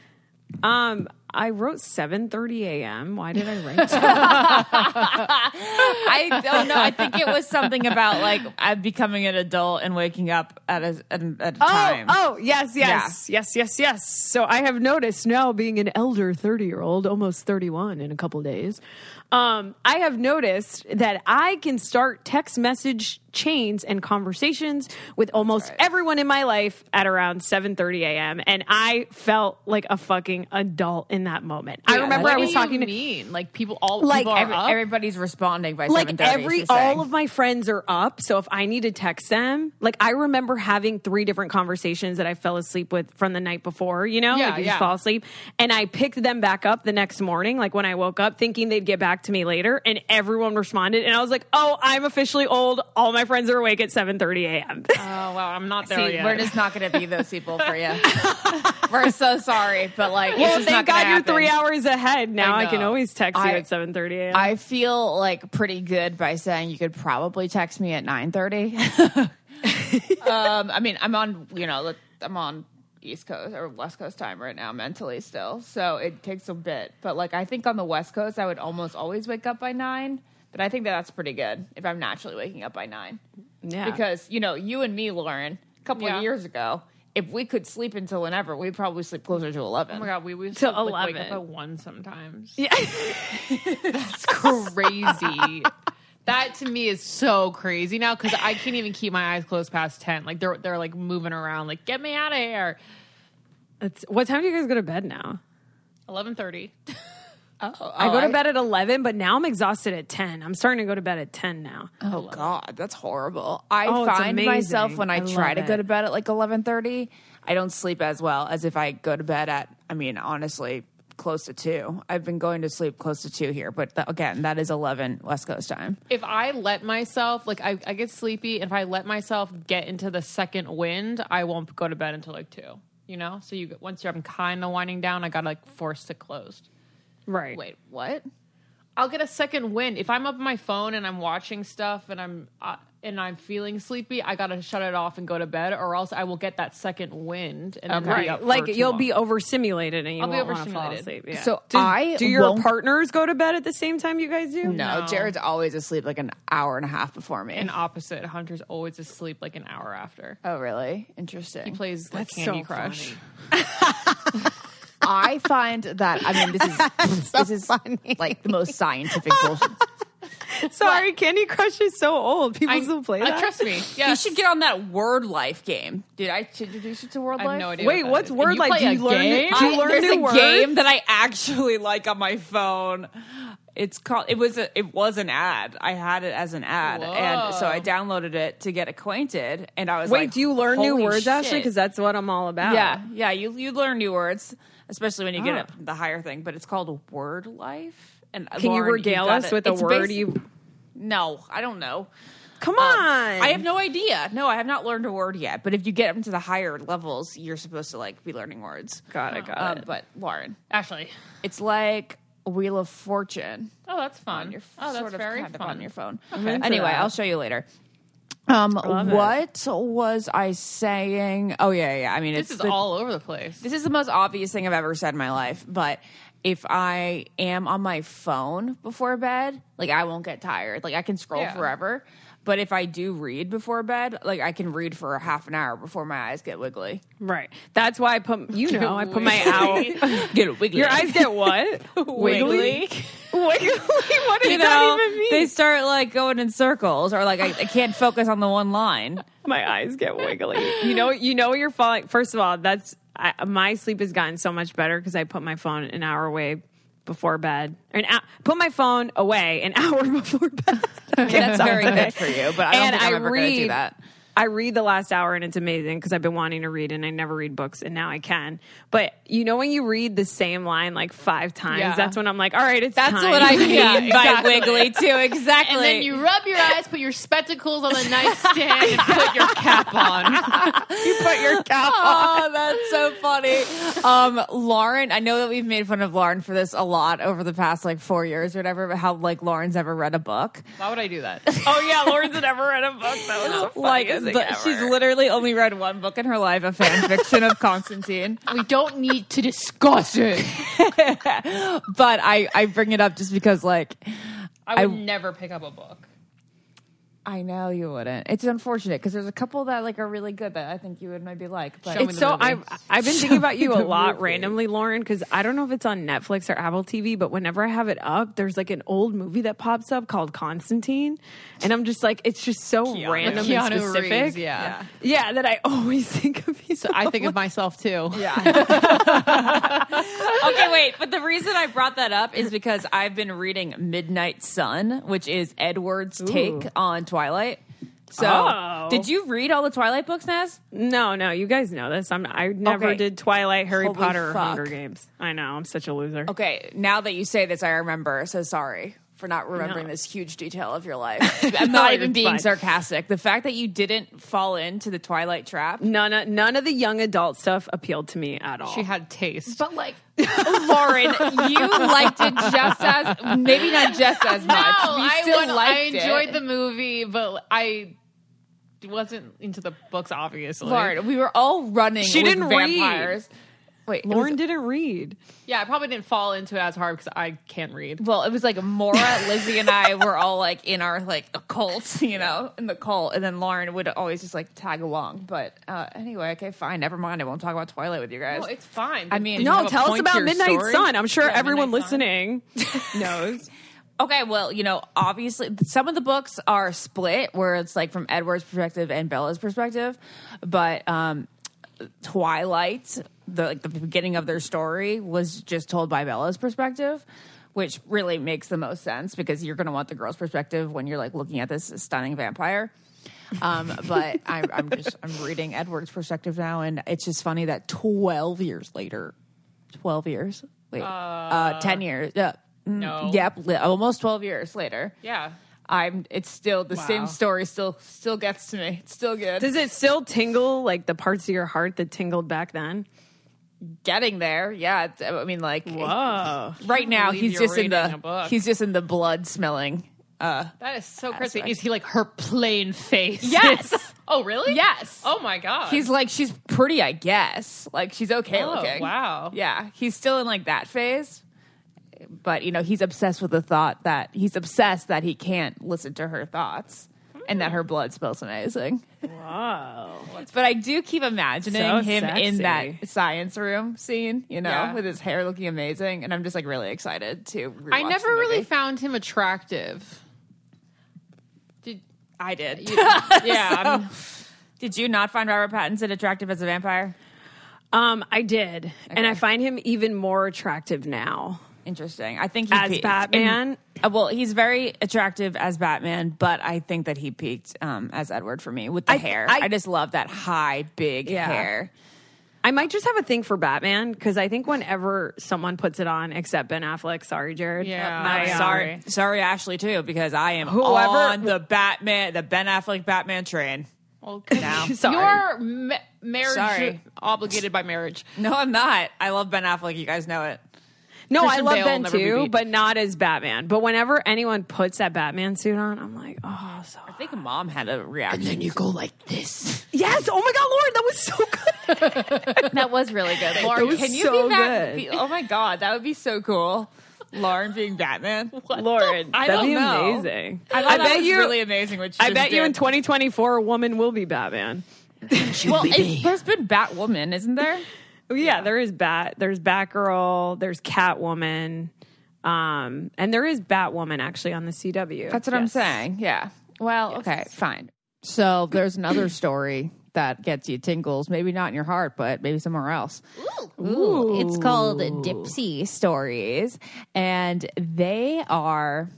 [SPEAKER 4] Um, I wrote 7:30 a.m. Why did I write that?
[SPEAKER 3] I don't know. I think it was something about like I'm becoming an adult and waking up at a at a at a time.
[SPEAKER 4] Oh, yes, yes, yes, yes, yes. So I have noticed now, being an elder 30 year old, almost 31 in a couple days, um, I have noticed that I can start text message chains and conversations with almost everyone in my life at around 7:30 a.m. And I felt like a fucking adult in that moment. I remember
[SPEAKER 2] What
[SPEAKER 4] I
[SPEAKER 2] do
[SPEAKER 4] was
[SPEAKER 2] you
[SPEAKER 4] talking to
[SPEAKER 2] mean like people all
[SPEAKER 4] Like,
[SPEAKER 2] people are
[SPEAKER 3] Every-
[SPEAKER 2] up?
[SPEAKER 3] everybody's responding by
[SPEAKER 4] like
[SPEAKER 3] 7:30,
[SPEAKER 4] every
[SPEAKER 3] she's saying.
[SPEAKER 4] all of my friends are up so if i need to text them like i remember having three different conversations that i fell asleep with from the night before you know
[SPEAKER 2] Yeah,
[SPEAKER 4] like you
[SPEAKER 2] yeah.
[SPEAKER 4] just fall asleep and i picked them back up the next morning like when i woke up thinking they'd get back to me later and everyone responded and i was like oh i'm officially old all my friends are awake at 7.30 a.m
[SPEAKER 2] oh wow, I'm not there
[SPEAKER 3] See,
[SPEAKER 2] yet.
[SPEAKER 3] we're just not going to be those people for you. we're so sorry, but like, it's
[SPEAKER 4] well
[SPEAKER 3] just not
[SPEAKER 4] thank
[SPEAKER 3] gonna
[SPEAKER 4] god you're
[SPEAKER 3] happen.
[SPEAKER 4] three hours ahead now i, can
[SPEAKER 3] know.
[SPEAKER 4] always text you
[SPEAKER 3] I-
[SPEAKER 4] at 7.30 a.m
[SPEAKER 3] I feel like pretty good by saying you could probably text me at nine thirty. um, I mean, I'm on, you know, the- I'm on East Coast or West Coast time right now mentally still, so it takes a bit. But like, I think on the West Coast, I would almost always wake up by nine. But I think that that's pretty good if I'm naturally waking up by nine.
[SPEAKER 4] Yeah.
[SPEAKER 3] Because you know, you and me, Lauren, a couple
[SPEAKER 2] Yeah.
[SPEAKER 3] of years ago, if we could sleep until whenever, we'd probably sleep closer to eleven.
[SPEAKER 2] oh my god, we would
[SPEAKER 4] Till
[SPEAKER 2] like, wake up
[SPEAKER 4] 11.
[SPEAKER 2] at one sometimes. Yeah, that's crazy. That to me is so crazy now because I can't even keep my eyes closed past ten. Like they're they're like moving around. Like get me out of here.
[SPEAKER 4] It's- what time do you guys go to bed now
[SPEAKER 2] Eleven thirty.
[SPEAKER 4] I
[SPEAKER 3] Oh,
[SPEAKER 4] go to bed at 11, but now I'm exhausted at 10. I'm starting to go to bed at 10 now.
[SPEAKER 3] Oh God, that's horrible. I
[SPEAKER 4] Oh, it's
[SPEAKER 3] find myself
[SPEAKER 4] amazing.
[SPEAKER 3] when I,
[SPEAKER 4] I
[SPEAKER 3] try
[SPEAKER 4] love
[SPEAKER 3] to go
[SPEAKER 4] it.
[SPEAKER 3] to bed at like eleven thirty, I don't sleep as well as if I go to bed at. I mean, honestly, close to two. I've been going to sleep close to two here, but th- again, that is eleven West Coast time.
[SPEAKER 2] If I let myself, like I, I get sleepy, and if I let myself get into the second wind, I won't go to bed until like two. You know, so you once you're I'm kind of winding down, I gotta like force it closed.
[SPEAKER 4] Right.
[SPEAKER 3] Wait, what?
[SPEAKER 2] I'll get a second wind if I'm up on my phone and I'm watching stuff and I'm uh, and I'm feeling sleepy. I gotta shut it off and go to bed, or else I will get that second wind and then be
[SPEAKER 4] Right.
[SPEAKER 2] up for
[SPEAKER 4] Like
[SPEAKER 2] too
[SPEAKER 4] you'll be
[SPEAKER 2] long.
[SPEAKER 4] overstimulated and you
[SPEAKER 2] I'll be
[SPEAKER 4] won't want to fall
[SPEAKER 2] overstimulated.
[SPEAKER 4] asleep. Yeah.
[SPEAKER 3] So
[SPEAKER 4] do,
[SPEAKER 3] I
[SPEAKER 4] do your
[SPEAKER 3] won't-
[SPEAKER 4] partners go to bed at the same time you guys do?
[SPEAKER 3] No, Jared's always asleep like an hour and a half before me.
[SPEAKER 2] and opposite. Hunter's always asleep like an hour after.
[SPEAKER 3] oh, really? Interesting.
[SPEAKER 2] He plays like Candy
[SPEAKER 4] so
[SPEAKER 2] Crush.
[SPEAKER 4] funny.
[SPEAKER 3] I find that I mean, this is this is like the most scientific bullshit.
[SPEAKER 4] Sorry, Candy Crush is so old. People
[SPEAKER 2] I-
[SPEAKER 4] still play
[SPEAKER 2] uh,
[SPEAKER 4] that.
[SPEAKER 2] trust me.
[SPEAKER 3] You
[SPEAKER 2] Yes.
[SPEAKER 3] should get on that word life game, dude. I should introduce you to word
[SPEAKER 2] I
[SPEAKER 3] life.
[SPEAKER 2] have no idea.
[SPEAKER 4] Wait,
[SPEAKER 2] what that is.
[SPEAKER 4] what's
[SPEAKER 2] And
[SPEAKER 4] word
[SPEAKER 2] you
[SPEAKER 4] like?
[SPEAKER 2] play
[SPEAKER 4] Do
[SPEAKER 2] a
[SPEAKER 4] you learn new-
[SPEAKER 2] game?
[SPEAKER 4] do you
[SPEAKER 3] I-
[SPEAKER 4] learn
[SPEAKER 3] there's
[SPEAKER 4] new
[SPEAKER 3] a
[SPEAKER 4] words?
[SPEAKER 3] game that I actually like on my phone. It's called. It was a, it was an ad. I had it as an ad, and so I downloaded it to get acquainted. And I was
[SPEAKER 4] Wait,
[SPEAKER 3] like,
[SPEAKER 4] do you learn new
[SPEAKER 3] "Holy
[SPEAKER 4] words, Ashley?
[SPEAKER 3] shit."
[SPEAKER 4] Because that's what I'm all about.
[SPEAKER 3] yeah, yeah, you you learn new words, especially when you get up the higher thing. But it's called word life. And
[SPEAKER 4] Can
[SPEAKER 3] Lauren,
[SPEAKER 4] you regale
[SPEAKER 3] got
[SPEAKER 4] us
[SPEAKER 3] it.
[SPEAKER 4] with a
[SPEAKER 3] It's
[SPEAKER 4] word
[SPEAKER 3] basi-
[SPEAKER 4] you?
[SPEAKER 3] No, I don't know.
[SPEAKER 4] Come
[SPEAKER 3] Um,
[SPEAKER 4] on.
[SPEAKER 3] I have no idea. No, I have not learned a word yet. But if you get up to the higher levels, you're supposed to like be learning words.
[SPEAKER 4] Got it. Got
[SPEAKER 3] Um,
[SPEAKER 4] it.
[SPEAKER 3] but Lauren,
[SPEAKER 2] Ashley.
[SPEAKER 3] it's like Wheel of Fortune.
[SPEAKER 2] Oh, that's fun.
[SPEAKER 3] on your
[SPEAKER 2] oh, that's
[SPEAKER 3] sort of
[SPEAKER 2] very
[SPEAKER 3] kind of
[SPEAKER 2] fun.
[SPEAKER 3] on your phone. Anyway, I'll show you later. Um,
[SPEAKER 4] it.
[SPEAKER 3] what was I saying? Oh yeah, yeah. I mean,
[SPEAKER 2] This
[SPEAKER 3] it's
[SPEAKER 2] is
[SPEAKER 3] the-
[SPEAKER 2] all over the place.
[SPEAKER 3] this is the most obvious thing I've ever said in my life, but if I am on my phone before bed, like I won't get tired. Like I can scroll
[SPEAKER 2] Yeah.
[SPEAKER 3] forever.
[SPEAKER 5] But if I do read before bed, like I can read for a half an hour before my eyes get wiggly.
[SPEAKER 4] Right. That's why I put you know I put my owl.
[SPEAKER 5] Get wiggly.
[SPEAKER 4] Your eyes get what? Wiggly. Wiggly. What does
[SPEAKER 5] you
[SPEAKER 4] that
[SPEAKER 5] know,
[SPEAKER 4] even mean?
[SPEAKER 5] they start like going in circles, or like I, I can't focus on the one line.
[SPEAKER 4] my eyes get wiggly. You know. You know you're falling. First of all, that's I, my sleep has gotten so much better because I put my phone an hour away before bed. Or an hou- put my phone away an hour before bed.
[SPEAKER 5] That's very good for you, but I don't
[SPEAKER 4] and
[SPEAKER 5] think I'm
[SPEAKER 4] I
[SPEAKER 5] ever
[SPEAKER 4] read
[SPEAKER 5] going to do that.
[SPEAKER 4] I read the last hour and it's amazing because I've been wanting to read and I never read books and now I can. But you know when you read the same line like five times,
[SPEAKER 2] Yeah.
[SPEAKER 4] that's when I'm like, all right, it's
[SPEAKER 3] That's
[SPEAKER 4] time.
[SPEAKER 3] what I mean
[SPEAKER 2] Yeah, exactly.
[SPEAKER 3] by wiggly too. Exactly.
[SPEAKER 2] And then you rub your eyes, put your spectacles on the nightstand, and put your cap on.
[SPEAKER 4] put your cap
[SPEAKER 3] Oh, that's so funny. Um, Lauren, I know that we've made fun of Lauren for this a lot over the past like four years or whatever, but how like Lauren's ever read a book.
[SPEAKER 2] Why would I do that?
[SPEAKER 4] Oh yeah, Lauren's never read a book. That was the
[SPEAKER 3] Like
[SPEAKER 4] funniest thing
[SPEAKER 3] but
[SPEAKER 4] ever.
[SPEAKER 3] she's literally only read one book in her life, a fan fiction of Constantine.
[SPEAKER 2] We don't need to discuss it.
[SPEAKER 3] But I, I bring it up just because like
[SPEAKER 2] I would never pick up a book.
[SPEAKER 3] I know you wouldn't. It's unfortunate because there's a couple that like are really good that I think you would maybe like. But
[SPEAKER 4] It's so I've I've been thinking about you a lot randomly, Lauren, because I don't know if it's on Netflix or Apple TV, but whenever I have it up, there's like an old movie that pops up called Constantine, and I'm just like, it's just so random
[SPEAKER 2] Keanu
[SPEAKER 4] and specific,
[SPEAKER 2] Reeves, yeah.
[SPEAKER 4] yeah, that I always think of you.
[SPEAKER 2] I think of myself too. Yeah.
[SPEAKER 5] okay, wait. But the reason I brought that up is because I've been reading Midnight Sun, which is Edward's take on Twilight. So,
[SPEAKER 4] Oh.
[SPEAKER 5] did you read all the Twilight books, Naz?
[SPEAKER 4] no, no, you guys know this. I'm I never
[SPEAKER 5] Okay.
[SPEAKER 4] did Twilight, Harry
[SPEAKER 5] Holy
[SPEAKER 4] Potter, or
[SPEAKER 5] fuck.
[SPEAKER 4] Hunger Games. I know I'm such a loser.
[SPEAKER 3] Okay, now that you say this, I remember. So sorry for not remembering this huge detail of your life. I'm
[SPEAKER 4] No,
[SPEAKER 3] not even
[SPEAKER 4] you're
[SPEAKER 3] being
[SPEAKER 4] fine.
[SPEAKER 3] sarcastic. The fact that you
[SPEAKER 5] Didn't fall into the Twilight trap.
[SPEAKER 4] None of, none of the young adult stuff appealed to me at all.
[SPEAKER 2] She had taste.
[SPEAKER 6] But like,
[SPEAKER 3] Lauren, you liked it just as maybe not just as much.
[SPEAKER 2] No,
[SPEAKER 3] you
[SPEAKER 2] I,
[SPEAKER 3] still
[SPEAKER 2] would-
[SPEAKER 3] liked
[SPEAKER 2] I enjoyed
[SPEAKER 3] it.
[SPEAKER 2] the movie, but I wasn't into the books, obviously.
[SPEAKER 3] Lauren, we were all running.
[SPEAKER 4] She
[SPEAKER 3] with
[SPEAKER 4] didn't read.
[SPEAKER 3] vampires. Wait, it was-
[SPEAKER 4] Lauren didn't read.
[SPEAKER 2] Yeah, I probably didn't fall into it as hard because I can't read.
[SPEAKER 3] well, it was like Mora, Lizzie, and I were all like in our like occult, you know, in the cult, and then Lauren would always just like tag along. But uh, anyway, okay, fine, never mind. I won't talk about Twilight with you guys.
[SPEAKER 2] No, it's fine.
[SPEAKER 3] I mean,
[SPEAKER 4] No, tell us
[SPEAKER 2] point to
[SPEAKER 4] about
[SPEAKER 2] your
[SPEAKER 4] Midnight
[SPEAKER 2] story?
[SPEAKER 4] Sun. I'm sure
[SPEAKER 2] Yeah,
[SPEAKER 4] everyone
[SPEAKER 2] Midnight Sun.
[SPEAKER 4] listening knows.
[SPEAKER 3] Okay, well, you know, obviously some of the books are split where it's like from Edward's perspective and Bella's perspective, but um Twilight, the like the beginning of their story was just told by Bella's perspective, which really makes the most sense because you're going to want the girl's perspective when you're like looking at this stunning vampire. Um, but I'm, I'm just I'm reading Edward's perspective now, and it's just funny that 12 years later, 12 years, wait, uh, 10 years, uh, mm, yeah,
[SPEAKER 2] No.
[SPEAKER 3] yep, li- almost 12 years later.
[SPEAKER 2] Yeah.
[SPEAKER 3] I'm. It's still the same story. Still, still gets to me. It's still good.
[SPEAKER 4] Does it still tingle like the parts of your heart that tingled back then?
[SPEAKER 3] getting there. Yeah, it's- I mean, like
[SPEAKER 4] Whoa.
[SPEAKER 3] right now
[SPEAKER 2] believe
[SPEAKER 3] he's
[SPEAKER 2] you're
[SPEAKER 3] just in
[SPEAKER 2] reading a
[SPEAKER 3] the
[SPEAKER 2] book.
[SPEAKER 3] he's just in the blood smelling.
[SPEAKER 2] That is so crazy. Is he like her plain face?
[SPEAKER 3] Yes.
[SPEAKER 2] oh, really?
[SPEAKER 3] Yes.
[SPEAKER 2] Oh, my God.
[SPEAKER 3] He's like she's pretty, I guess. Like she's okay
[SPEAKER 2] Oh,
[SPEAKER 3] looking.
[SPEAKER 2] wow.
[SPEAKER 3] Yeah, he's still in like that phase. But you know, he's obsessed with the thought that he's obsessed that he can't listen to her thoughts and that her blood smells amazing.
[SPEAKER 4] Wow.
[SPEAKER 3] But I do keep imagining
[SPEAKER 4] So
[SPEAKER 3] him in
[SPEAKER 4] sexy.
[SPEAKER 3] that science room scene, you know,
[SPEAKER 2] Yeah.
[SPEAKER 3] with his hair looking amazing, and I'm just like really excited to.
[SPEAKER 2] I
[SPEAKER 3] rewatch
[SPEAKER 2] never
[SPEAKER 3] the
[SPEAKER 2] really
[SPEAKER 3] movie.
[SPEAKER 2] found him attractive. Did,
[SPEAKER 3] I did.
[SPEAKER 2] yeah. I'm-
[SPEAKER 3] Did you not find Robert Pattinson attractive as a vampire?
[SPEAKER 4] Um, I did. And I find him even more attractive now.
[SPEAKER 3] Interesting. I think he
[SPEAKER 4] As
[SPEAKER 3] peaked.
[SPEAKER 4] Batman?
[SPEAKER 3] And- uh, well, he's very attractive as Batman, but I think that he peaked um, as Edward for me with the hair. I,
[SPEAKER 4] I-
[SPEAKER 3] just love that high, big hair.
[SPEAKER 4] I might just have a thing for Batman because I think whenever someone puts it on, except Ben Affleck, sorry, Jared.
[SPEAKER 2] Yeah.
[SPEAKER 4] I,
[SPEAKER 2] Yeah.
[SPEAKER 4] um,
[SPEAKER 3] Sorry, sorry, Ashley too, because I am
[SPEAKER 4] Whoever-
[SPEAKER 3] on the Batman, the Ben Affleck Batman train.
[SPEAKER 2] well, 'cause
[SPEAKER 4] Sorry.
[SPEAKER 2] You're ma- marriage
[SPEAKER 3] Sorry.
[SPEAKER 2] obligated by marriage.
[SPEAKER 3] No, I'm not. I love Ben Affleck. You guys know it.
[SPEAKER 4] No,
[SPEAKER 2] Christian
[SPEAKER 4] I love
[SPEAKER 2] Bale will
[SPEAKER 4] Ben
[SPEAKER 2] never be
[SPEAKER 4] too,
[SPEAKER 2] beat.
[SPEAKER 4] but not as Batman. But whenever anyone puts that Batman suit on, I'm like, oh, so.
[SPEAKER 3] I think mom had a reaction.
[SPEAKER 4] Yes. Oh my God, Lauren, that was so good.
[SPEAKER 3] That was really good. Lauren,
[SPEAKER 4] was
[SPEAKER 3] can you
[SPEAKER 4] so
[SPEAKER 3] be back?
[SPEAKER 4] good.
[SPEAKER 3] be- oh my god, that would be so cool. Lauren being Batman.
[SPEAKER 4] Lauren,
[SPEAKER 2] I
[SPEAKER 4] that'd
[SPEAKER 2] don't
[SPEAKER 4] be
[SPEAKER 2] know.
[SPEAKER 4] amazing.
[SPEAKER 3] I, thought
[SPEAKER 4] I
[SPEAKER 3] that
[SPEAKER 4] bet
[SPEAKER 3] was
[SPEAKER 4] you.
[SPEAKER 3] really amazing. What you
[SPEAKER 4] I
[SPEAKER 3] just
[SPEAKER 4] bet you in
[SPEAKER 3] did.
[SPEAKER 4] 2024, a woman will be Batman.
[SPEAKER 3] well, it's, there's been Batwoman, isn't there?
[SPEAKER 4] Oh, Yeah, there is Bat. There's Batgirl. There's Catwoman. Um, and there is Batwoman actually on the CW.
[SPEAKER 3] That's what I'm
[SPEAKER 4] Yes.
[SPEAKER 3] saying. Yeah. Well, okay, fine. So there's another story that gets you tingles, maybe not in your heart, but maybe somewhere else. Ooh. It's called Dipsy Stories, and they are a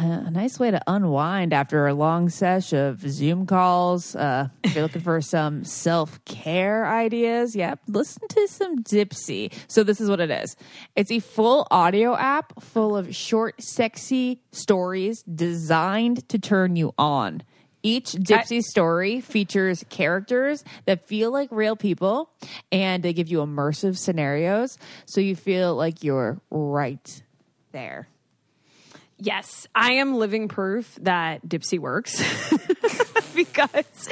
[SPEAKER 3] a nice way to unwind after a long sesh of Zoom calls. Uh, if you're looking for some self care ideas, yep, listen to some Dipsy. So, this is what it is it's a full audio app full of short, sexy stories designed to turn you on. Each Dipsy story features characters that feel like real people and they give you immersive scenarios so you feel like you're right there.
[SPEAKER 4] Yes, I am living proof that Dipsy works because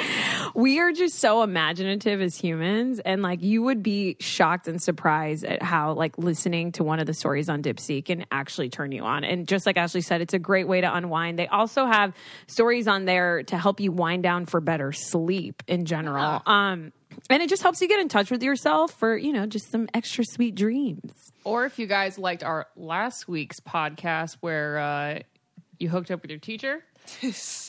[SPEAKER 4] we are just so imaginative as humans and like you would be shocked and surprised at how like listening to one of the stories on Dipsy can actually turn you on. And just like Ashley said, it's a great way to unwind. They also have stories on there to help you wind down for better sleep in general. Um and it just helps you get in touch with yourself for, you know, just some extra sweet dreams.
[SPEAKER 2] Or if you guys liked our last week's podcast where uh, you hooked up with your teacher,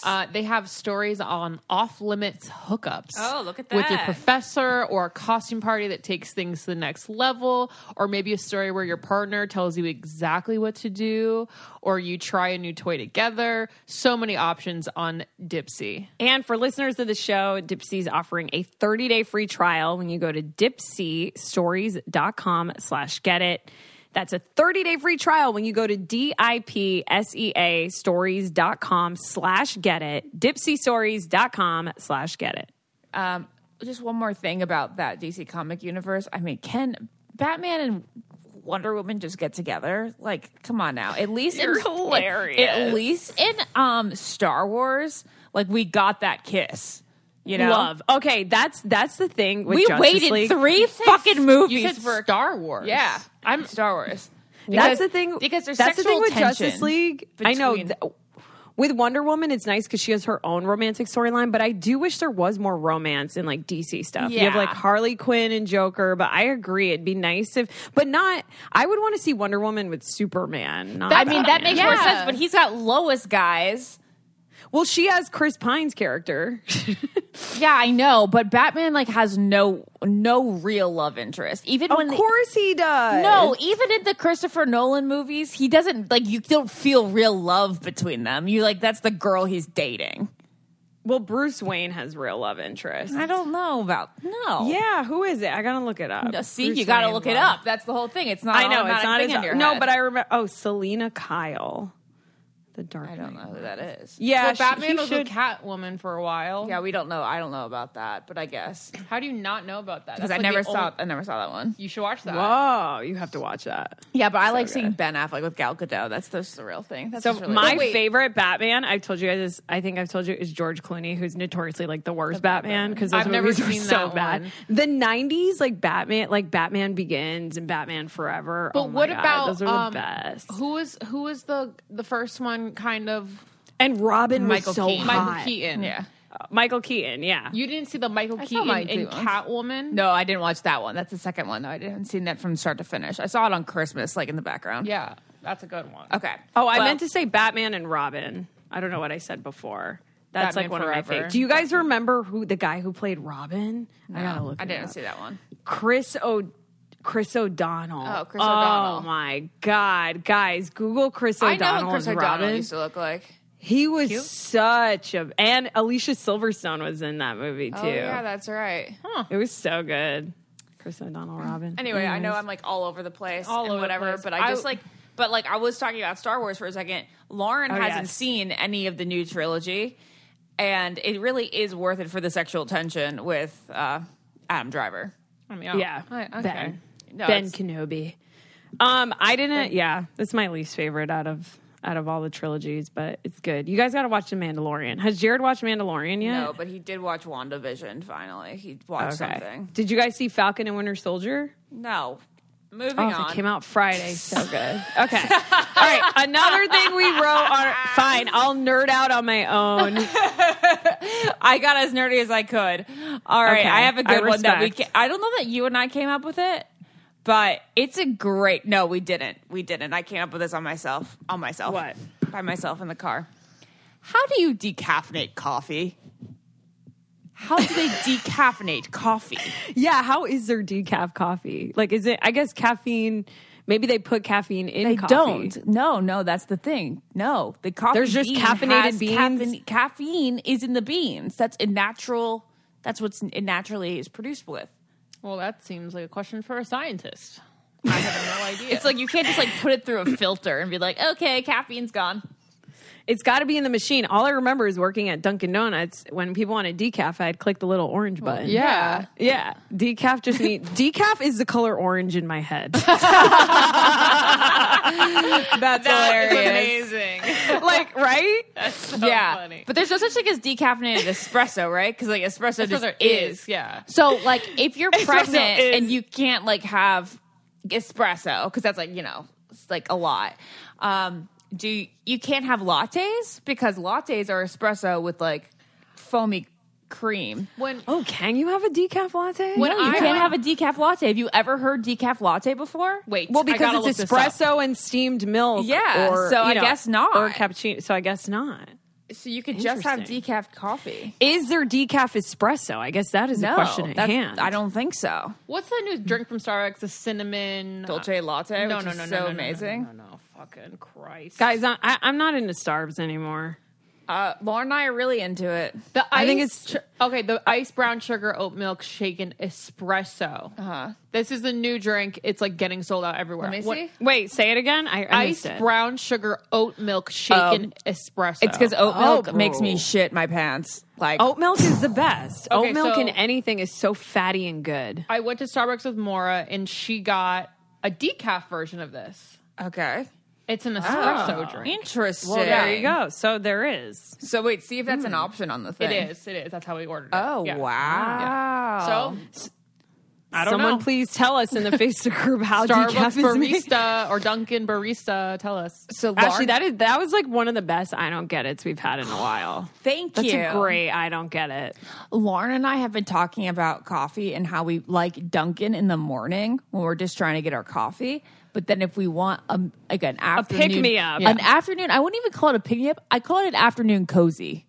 [SPEAKER 2] uh, they have stories on off limits hookups.
[SPEAKER 3] Oh, look at
[SPEAKER 2] With your
[SPEAKER 3] that.
[SPEAKER 2] professor or a costume party that takes things to the next level, or maybe a story where your partner tells you exactly what to do, or you try a new toy together. So many options on Dipsy.
[SPEAKER 4] And for listeners of the show, Dipsy's offering a 30-day free trial when you go to dipsystories.com slash get it. That's a 30-day free trial when you go to D-I-P-S-E-A stories.com slash get it. Dipsystories.com slash get it.
[SPEAKER 3] Um, just one more thing about that DC comic universe. I mean, can Batman and Wonder Woman just get together? Like, come on now. At least in, hilarious. At, least in um Star Wars, like we got that kiss. You know,
[SPEAKER 4] Love. Okay, that's that's the thing with
[SPEAKER 3] we
[SPEAKER 4] Justice
[SPEAKER 3] waited
[SPEAKER 4] League.
[SPEAKER 3] three fucking
[SPEAKER 2] You
[SPEAKER 3] movies
[SPEAKER 2] said
[SPEAKER 3] for
[SPEAKER 2] Star Wars.
[SPEAKER 3] yeah.
[SPEAKER 2] I'm
[SPEAKER 3] Star Wars. Because-
[SPEAKER 4] That's the thing.
[SPEAKER 3] because there's
[SPEAKER 4] that's
[SPEAKER 3] sexual
[SPEAKER 4] the thing with
[SPEAKER 3] tension
[SPEAKER 4] Justice League. I know.
[SPEAKER 3] between-
[SPEAKER 4] th- with Wonder Woman, it's nice because she has her own romantic storyline, but I do wish there was more romance in like DC stuff. You have
[SPEAKER 3] Yeah.
[SPEAKER 4] like Harley Quinn and Joker, but I agree it'd be nice if, but not. I would want to see Wonder Woman with Superman. Not
[SPEAKER 3] I mean, that
[SPEAKER 4] Batman.
[SPEAKER 3] makes more sense. But he's got Lois, guys.
[SPEAKER 4] well, she has Chris Pine's character.
[SPEAKER 3] Yeah, I know, but Batman like has no no real love interest. Even when
[SPEAKER 4] of
[SPEAKER 3] they-
[SPEAKER 4] course he does.
[SPEAKER 3] Oh, No, even in the Christopher Nolan movies, he doesn't like you don't feel real love between them. You like that's the girl he's dating.
[SPEAKER 4] Well, Bruce Wayne has real love interest.
[SPEAKER 3] I don't know about no.
[SPEAKER 4] Yeah, who is it? I gotta look it up.
[SPEAKER 3] No, see,
[SPEAKER 4] Bruce
[SPEAKER 3] you got to
[SPEAKER 4] Wayne
[SPEAKER 3] look it
[SPEAKER 4] love.
[SPEAKER 3] up. That's the whole thing. It's not.
[SPEAKER 4] I know
[SPEAKER 3] an
[SPEAKER 4] it's not
[SPEAKER 3] automatic
[SPEAKER 4] as
[SPEAKER 3] thing in your
[SPEAKER 4] no,
[SPEAKER 3] head.
[SPEAKER 4] but I remember. Oh, Selena Kyle, the dark.
[SPEAKER 3] I don't know who that is.
[SPEAKER 4] Yeah,
[SPEAKER 2] Well,
[SPEAKER 4] she-
[SPEAKER 2] Batman
[SPEAKER 4] he
[SPEAKER 2] was
[SPEAKER 4] should-
[SPEAKER 2] a Catwoman for a while.
[SPEAKER 3] Yeah, we don't know. I don't know about that, but I guess
[SPEAKER 2] How do you not know about that?
[SPEAKER 3] because
[SPEAKER 2] That's
[SPEAKER 3] I
[SPEAKER 2] like
[SPEAKER 3] never
[SPEAKER 2] the
[SPEAKER 3] saw.
[SPEAKER 2] only-
[SPEAKER 3] I never saw that one.
[SPEAKER 2] You should watch that.
[SPEAKER 4] Whoa, Oh, you have to watch that.
[SPEAKER 3] Yeah, but I like seeing Ben Affleck with Gal Gadot. That's that's the real thing. That's
[SPEAKER 4] So
[SPEAKER 3] what's really
[SPEAKER 4] my
[SPEAKER 3] Wait,
[SPEAKER 4] favorite Batman, I've told you guys this. I think I've told you is George Clooney, who's notoriously like the worst Batman because those
[SPEAKER 2] I've never
[SPEAKER 4] movies
[SPEAKER 2] seen
[SPEAKER 4] are so
[SPEAKER 2] that
[SPEAKER 4] bad.
[SPEAKER 2] one.
[SPEAKER 4] The '90s, like Batman, like Batman Begins and Batman Forever.
[SPEAKER 2] But
[SPEAKER 4] oh my
[SPEAKER 2] what
[SPEAKER 4] God,
[SPEAKER 2] about
[SPEAKER 4] those are
[SPEAKER 2] um,
[SPEAKER 4] the best?
[SPEAKER 2] Who was who was the the first one? Kind of
[SPEAKER 4] And Robin
[SPEAKER 3] Michael
[SPEAKER 4] was so
[SPEAKER 3] Keaton.
[SPEAKER 4] hot.
[SPEAKER 2] Michael Keaton.
[SPEAKER 3] yeah.
[SPEAKER 4] Michael Keaton, yeah.
[SPEAKER 2] You didn't see the Michael
[SPEAKER 3] saw
[SPEAKER 2] Keaton
[SPEAKER 3] Michael
[SPEAKER 2] in
[SPEAKER 3] Keaton.
[SPEAKER 2] Catwoman?
[SPEAKER 3] No, I didn't watch that one. That's the second one. though. I didn't see that from start to finish. I saw it on Christmas, like in the background.
[SPEAKER 2] Yeah, that's a good one.
[SPEAKER 3] Okay.
[SPEAKER 4] Oh, I
[SPEAKER 3] Well-
[SPEAKER 4] meant to say Batman and Robin. I don't know what I said before. That's
[SPEAKER 2] Batman
[SPEAKER 4] like one of my
[SPEAKER 2] Forever.
[SPEAKER 4] favorites. Do you guys remember who the guy who played Robin? I gotta look.
[SPEAKER 3] I
[SPEAKER 4] it
[SPEAKER 3] didn't
[SPEAKER 4] up.
[SPEAKER 3] see that one.
[SPEAKER 4] Chris O. Chris O'Donnell. Oh,
[SPEAKER 3] Chris O'Donnell.
[SPEAKER 4] Oh my God, guys! Google Chris O'Donnell. as Robin.
[SPEAKER 3] to look like.
[SPEAKER 4] He was such a and Alicia Silverstone was in that movie
[SPEAKER 3] Oh,
[SPEAKER 4] too.
[SPEAKER 3] that's right.
[SPEAKER 4] It was so good. Chris O'Donnell Robin.
[SPEAKER 3] Anyway, I know I'm like all over the place
[SPEAKER 2] Mm. All
[SPEAKER 3] and
[SPEAKER 2] over the
[SPEAKER 3] whatever,
[SPEAKER 2] place.
[SPEAKER 3] but I just
[SPEAKER 2] I-
[SPEAKER 3] like, but like I was talking about Star Wars for a second. Lauren
[SPEAKER 2] Oh,
[SPEAKER 3] hasn't
[SPEAKER 4] yes.
[SPEAKER 3] seen any of the new trilogy, and it really is worth it for the sexual tension with uh, Adam Driver.
[SPEAKER 2] I'm out.
[SPEAKER 4] Yeah.
[SPEAKER 2] I- okay.
[SPEAKER 4] Ben.
[SPEAKER 3] No,
[SPEAKER 4] ben
[SPEAKER 3] it's-
[SPEAKER 4] Kenobi. Um, I didn't. Yeah, that's my least favorite out of out of all the trilogies, but it's good. You guys got to watch The Mandalorian. Has Jared watched Mandalorian yet?
[SPEAKER 3] No, but he did watch WandaVision finally. He watched something.
[SPEAKER 4] Did you guys see Falcon and Winter Soldier?
[SPEAKER 3] No.
[SPEAKER 5] Moving
[SPEAKER 4] Oh,
[SPEAKER 5] on.
[SPEAKER 4] that came out Friday. So good. Okay. All right. Another thing we wrote on. Fine. I'll nerd out on my own.
[SPEAKER 5] I got as nerdy as I could. All right,
[SPEAKER 4] Okay,
[SPEAKER 5] I have a good
[SPEAKER 4] I
[SPEAKER 5] one that we. Ca-
[SPEAKER 4] respect.
[SPEAKER 5] I don't know that you and I came up with it, but it's a great. No, we didn't. We didn't. I came up with this on myself. On myself.
[SPEAKER 4] What?
[SPEAKER 5] By myself in the car. How do you decaffeinate coffee? How do they decaffeinate coffee?
[SPEAKER 4] Yeah. How is there decaf coffee? Like, is it? I guess caffeine. Maybe they put caffeine in.
[SPEAKER 5] They
[SPEAKER 4] coffee.
[SPEAKER 5] don't. No, no, that's the thing. No, the coffee.
[SPEAKER 4] There's just
[SPEAKER 5] bean
[SPEAKER 4] caffeinated
[SPEAKER 5] has
[SPEAKER 4] beans?
[SPEAKER 5] Caffeine, caffeine is in the beans. That's a natural. That's what's it naturally is produced with.
[SPEAKER 2] Well, that seems like a question for a scientist. I have no idea.
[SPEAKER 5] It's like you can't just like put it through a filter and be like, okay, caffeine's gone.
[SPEAKER 4] It's got to be in the machine. All I remember is working at Dunkin' Donuts. When people wanted decaf, I'd click the little orange button.
[SPEAKER 2] yeah.
[SPEAKER 4] Yeah. Decaf just means decaf is the color orange in my head.
[SPEAKER 5] That's hilarious.
[SPEAKER 2] amazing.
[SPEAKER 4] like, right?
[SPEAKER 5] yeah,
[SPEAKER 2] funny.
[SPEAKER 5] but there's no such thing as decaffeinated espresso, right? Because like espresso, just
[SPEAKER 2] there
[SPEAKER 5] is.
[SPEAKER 2] is, yeah.
[SPEAKER 5] So like, if you're pregnant
[SPEAKER 2] is.
[SPEAKER 5] and you can't like have espresso, because that's like you know, it's like a lot. Um, do you, you can't have lattes because lattes are espresso with like foamy cream.
[SPEAKER 2] When
[SPEAKER 4] Oh, can you have a decaf latte?
[SPEAKER 2] when
[SPEAKER 5] You
[SPEAKER 2] I
[SPEAKER 5] can't have a decaf latte. Have you ever heard decaf latte before?
[SPEAKER 2] wait,
[SPEAKER 4] Well,
[SPEAKER 2] I gotta
[SPEAKER 4] because
[SPEAKER 2] look
[SPEAKER 4] it's
[SPEAKER 2] this up.
[SPEAKER 4] espresso and steamed milk.
[SPEAKER 5] Yeah,
[SPEAKER 4] or,
[SPEAKER 5] so
[SPEAKER 4] you
[SPEAKER 5] I
[SPEAKER 4] know,
[SPEAKER 5] guess not.
[SPEAKER 4] Or cappuccino. So I guess not.
[SPEAKER 5] So you could just have decaf coffee.
[SPEAKER 4] Is there decaf espresso? I guess that is the question at
[SPEAKER 5] that's-
[SPEAKER 4] hand.
[SPEAKER 5] I don't think so.
[SPEAKER 2] What's that new drink from Starbucks? The cinnamon uh,
[SPEAKER 5] Dolce latte,
[SPEAKER 2] No,
[SPEAKER 5] which
[SPEAKER 2] no,
[SPEAKER 5] is
[SPEAKER 2] no, no,
[SPEAKER 5] so
[SPEAKER 2] no, no,
[SPEAKER 5] amazing.
[SPEAKER 2] No, no, no, no, fucking Christ.
[SPEAKER 4] Guys, I, I, I'm not into Starves anymore.
[SPEAKER 5] Uh, Lauren and I are really into it.
[SPEAKER 2] The ice,
[SPEAKER 4] I think it's-
[SPEAKER 2] tr- okay. The ice brown sugar oat milk shaken espresso. Uh-huh. This is the new drink. It's like getting sold out everywhere.
[SPEAKER 5] Let me
[SPEAKER 2] What-
[SPEAKER 5] see.
[SPEAKER 4] Wait, say it again. I, I
[SPEAKER 2] Ice
[SPEAKER 4] missed it.
[SPEAKER 2] brown sugar oat milk shaken espresso.
[SPEAKER 5] Um, It's because oat milk
[SPEAKER 4] Oh,
[SPEAKER 5] makes
[SPEAKER 4] bro. Oh.
[SPEAKER 5] me shit my pants. Like
[SPEAKER 4] Oat milk is the best.
[SPEAKER 2] Okay,
[SPEAKER 4] Oat milk
[SPEAKER 2] so-
[SPEAKER 4] and anything is so fatty and good.
[SPEAKER 2] I went to Starbucks with Mora and she got a decaf version of this.
[SPEAKER 5] okay,
[SPEAKER 2] It's
[SPEAKER 5] Oh.
[SPEAKER 2] an espresso drink.
[SPEAKER 5] interesting.
[SPEAKER 4] There you go. So there is.
[SPEAKER 5] So wait, see if that's an option on the
[SPEAKER 2] It
[SPEAKER 5] thing.
[SPEAKER 2] is. It is. That's how we ordered it.
[SPEAKER 5] Oh
[SPEAKER 2] Yeah.
[SPEAKER 5] wow.
[SPEAKER 2] So
[SPEAKER 4] I don't Someone
[SPEAKER 2] know.
[SPEAKER 4] please tell us in the Facebook group how
[SPEAKER 2] Starbucks
[SPEAKER 4] decaf is made.
[SPEAKER 2] barista or Dunkin' barista, tell us.
[SPEAKER 5] So Lauren,
[SPEAKER 4] Actually, that is that was like one of the best I don't get it's we've had in a while.
[SPEAKER 5] thank
[SPEAKER 4] That's
[SPEAKER 5] you.
[SPEAKER 4] a great I don't get it.
[SPEAKER 5] Lauren and I have been talking about coffee and how we like Dunkin' in the morning when we're just trying to get our coffee. But then if we want a, like an afternoon,
[SPEAKER 4] pick-me-up.
[SPEAKER 5] an afternoon, I wouldn't even call it a pick me up. I call it an afternoon cozy.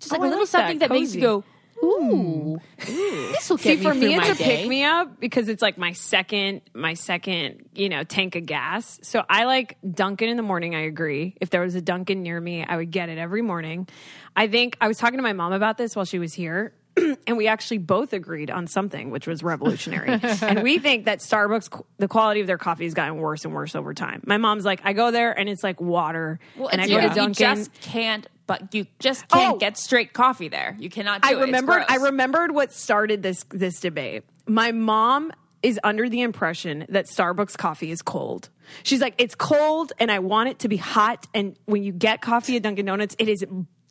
[SPEAKER 5] Just like
[SPEAKER 4] I
[SPEAKER 5] a little
[SPEAKER 4] like that,
[SPEAKER 5] something Oh, that, makes you
[SPEAKER 4] cozy.
[SPEAKER 5] go, ooh, this will
[SPEAKER 4] See,
[SPEAKER 5] get
[SPEAKER 4] for
[SPEAKER 5] me through
[SPEAKER 4] me,
[SPEAKER 5] my
[SPEAKER 4] it's a
[SPEAKER 5] day.
[SPEAKER 4] pick me up because it's like my second, my second, you know, tank of gas. So I like Dunkin' in the morning. I agree. If there was a Dunkin' near me, I would get it every morning. I think I was talking to my mom about this while she was here. And we actually both agreed on something, which was revolutionary. and we think that Starbucks, qu- the quality of their coffee has gotten worse and worse over time. My mom's like, I go there and it's like water, and I
[SPEAKER 5] it's-
[SPEAKER 4] go
[SPEAKER 5] yeah.
[SPEAKER 4] to Dunkin'.
[SPEAKER 5] You just can't, but you just can't
[SPEAKER 4] Oh.
[SPEAKER 5] get straight coffee there. You cannot. Do
[SPEAKER 4] I
[SPEAKER 5] it. It's
[SPEAKER 4] remembered. I
[SPEAKER 5] gross.
[SPEAKER 4] remembered what started this this debate. My mom is under the impression that Starbucks coffee is cold. She's like, it's cold, and I want it to be hot. And when you get coffee at Dunkin' Donuts, it is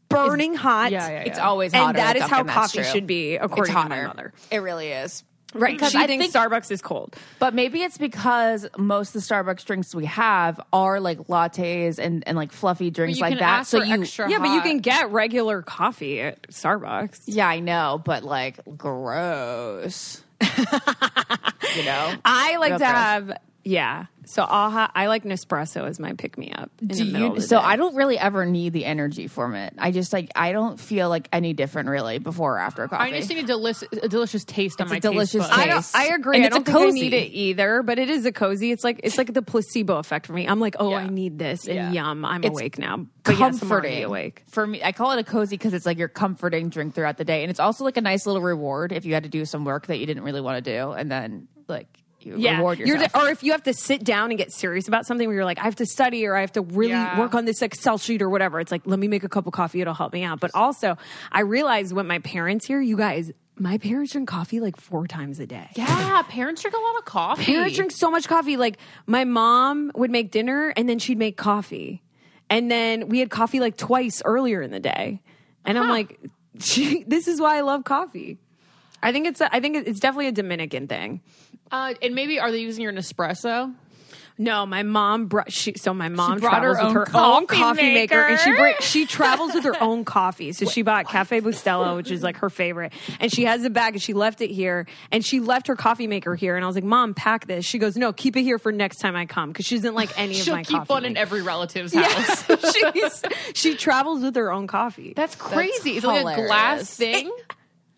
[SPEAKER 4] burning hot.
[SPEAKER 2] yeah, yeah,
[SPEAKER 5] It's always hotter.
[SPEAKER 4] and that
[SPEAKER 5] at
[SPEAKER 4] is how
[SPEAKER 5] Dunkin', that's
[SPEAKER 4] coffee
[SPEAKER 5] true.
[SPEAKER 4] should be,
[SPEAKER 5] It's
[SPEAKER 4] according to my
[SPEAKER 5] hotter.
[SPEAKER 4] mother.
[SPEAKER 5] It really is.
[SPEAKER 4] Right?
[SPEAKER 5] Because
[SPEAKER 4] She
[SPEAKER 5] I
[SPEAKER 4] thinks
[SPEAKER 5] think-
[SPEAKER 4] Starbucks is cold.
[SPEAKER 5] But maybe it's because most of the Starbucks drinks we have are like lattes and, and like fluffy drinks
[SPEAKER 2] you
[SPEAKER 5] like
[SPEAKER 2] can
[SPEAKER 5] that.
[SPEAKER 2] ask
[SPEAKER 5] so
[SPEAKER 2] for
[SPEAKER 5] you,
[SPEAKER 2] extra
[SPEAKER 4] Yeah, but you
[SPEAKER 2] hot.
[SPEAKER 4] can get regular coffee at Starbucks.
[SPEAKER 5] yeah, I know, but like gross. you know,
[SPEAKER 4] I like
[SPEAKER 5] Real
[SPEAKER 4] to
[SPEAKER 5] gross.
[SPEAKER 4] have. Yeah, so I'll ha- I like Nespresso as my pick me up.
[SPEAKER 5] Do you, so I don't really ever need the energy from it. I just like I don't feel like any different really before or after coffee.
[SPEAKER 2] I just need a delicious, a delicious taste on
[SPEAKER 5] It's a
[SPEAKER 2] my
[SPEAKER 5] delicious
[SPEAKER 2] taste buds.
[SPEAKER 5] taste.
[SPEAKER 4] I don't. I agree.
[SPEAKER 5] And
[SPEAKER 4] I
[SPEAKER 5] it's
[SPEAKER 4] don't
[SPEAKER 5] a
[SPEAKER 4] think I
[SPEAKER 5] cozy.
[SPEAKER 4] need it either, but it is a cozy. It's like it's like the placebo effect for me. I'm like, oh, I
[SPEAKER 2] Yeah.
[SPEAKER 4] need this, and
[SPEAKER 5] Yeah.
[SPEAKER 4] yum, I'm
[SPEAKER 5] It's
[SPEAKER 4] awake now. But yes, I'm
[SPEAKER 5] comforting
[SPEAKER 4] already awake.
[SPEAKER 5] for me. I call it a cozy because it's like your comforting drink throughout the day, and it's also like a nice little reward if you had to do some work that you didn't really want to do, and then like you reward
[SPEAKER 4] you're
[SPEAKER 5] yourself.
[SPEAKER 4] the, or if you have to sit down and get serious about something where you're like, I have to study or I have to really
[SPEAKER 2] Yeah.
[SPEAKER 4] work on this Excel sheet or whatever. It's like, let me make a cup of coffee; it'll help me out. But also, I realized when my parents here, you guys, my parents drink coffee like four times a day.
[SPEAKER 2] Yeah, parents drink a lot of coffee.
[SPEAKER 4] parents drink so much coffee. Like my mom would make dinner and then she'd make coffee. And then we had coffee like twice earlier in the day. And I'm like, she, this is why I love coffee. I think it's a, I think it's definitely a Dominican thing.
[SPEAKER 2] Uh, and maybe are they using your Nespresso?
[SPEAKER 4] No, my mom brought she. So my mom
[SPEAKER 7] brought
[SPEAKER 4] travels
[SPEAKER 7] her
[SPEAKER 4] with
[SPEAKER 7] own
[SPEAKER 4] her own
[SPEAKER 7] coffee
[SPEAKER 4] coffee maker, and she
[SPEAKER 7] maker.
[SPEAKER 4] bring, she travels with her own coffee. So she bought Cafe Bustelo, which is like her favorite, and she has it back, and she left it here, and she left her coffee maker here, and I was like, "Mom, pack this." She goes, "No, keep it here for next time I come," because she doesn't like any of
[SPEAKER 2] She'll
[SPEAKER 4] my
[SPEAKER 2] keep
[SPEAKER 4] coffee.
[SPEAKER 2] one in every relative's house.
[SPEAKER 4] She's, she travels with her own coffee.
[SPEAKER 2] That's crazy. it's like a glass
[SPEAKER 5] hilarious.
[SPEAKER 2] thing.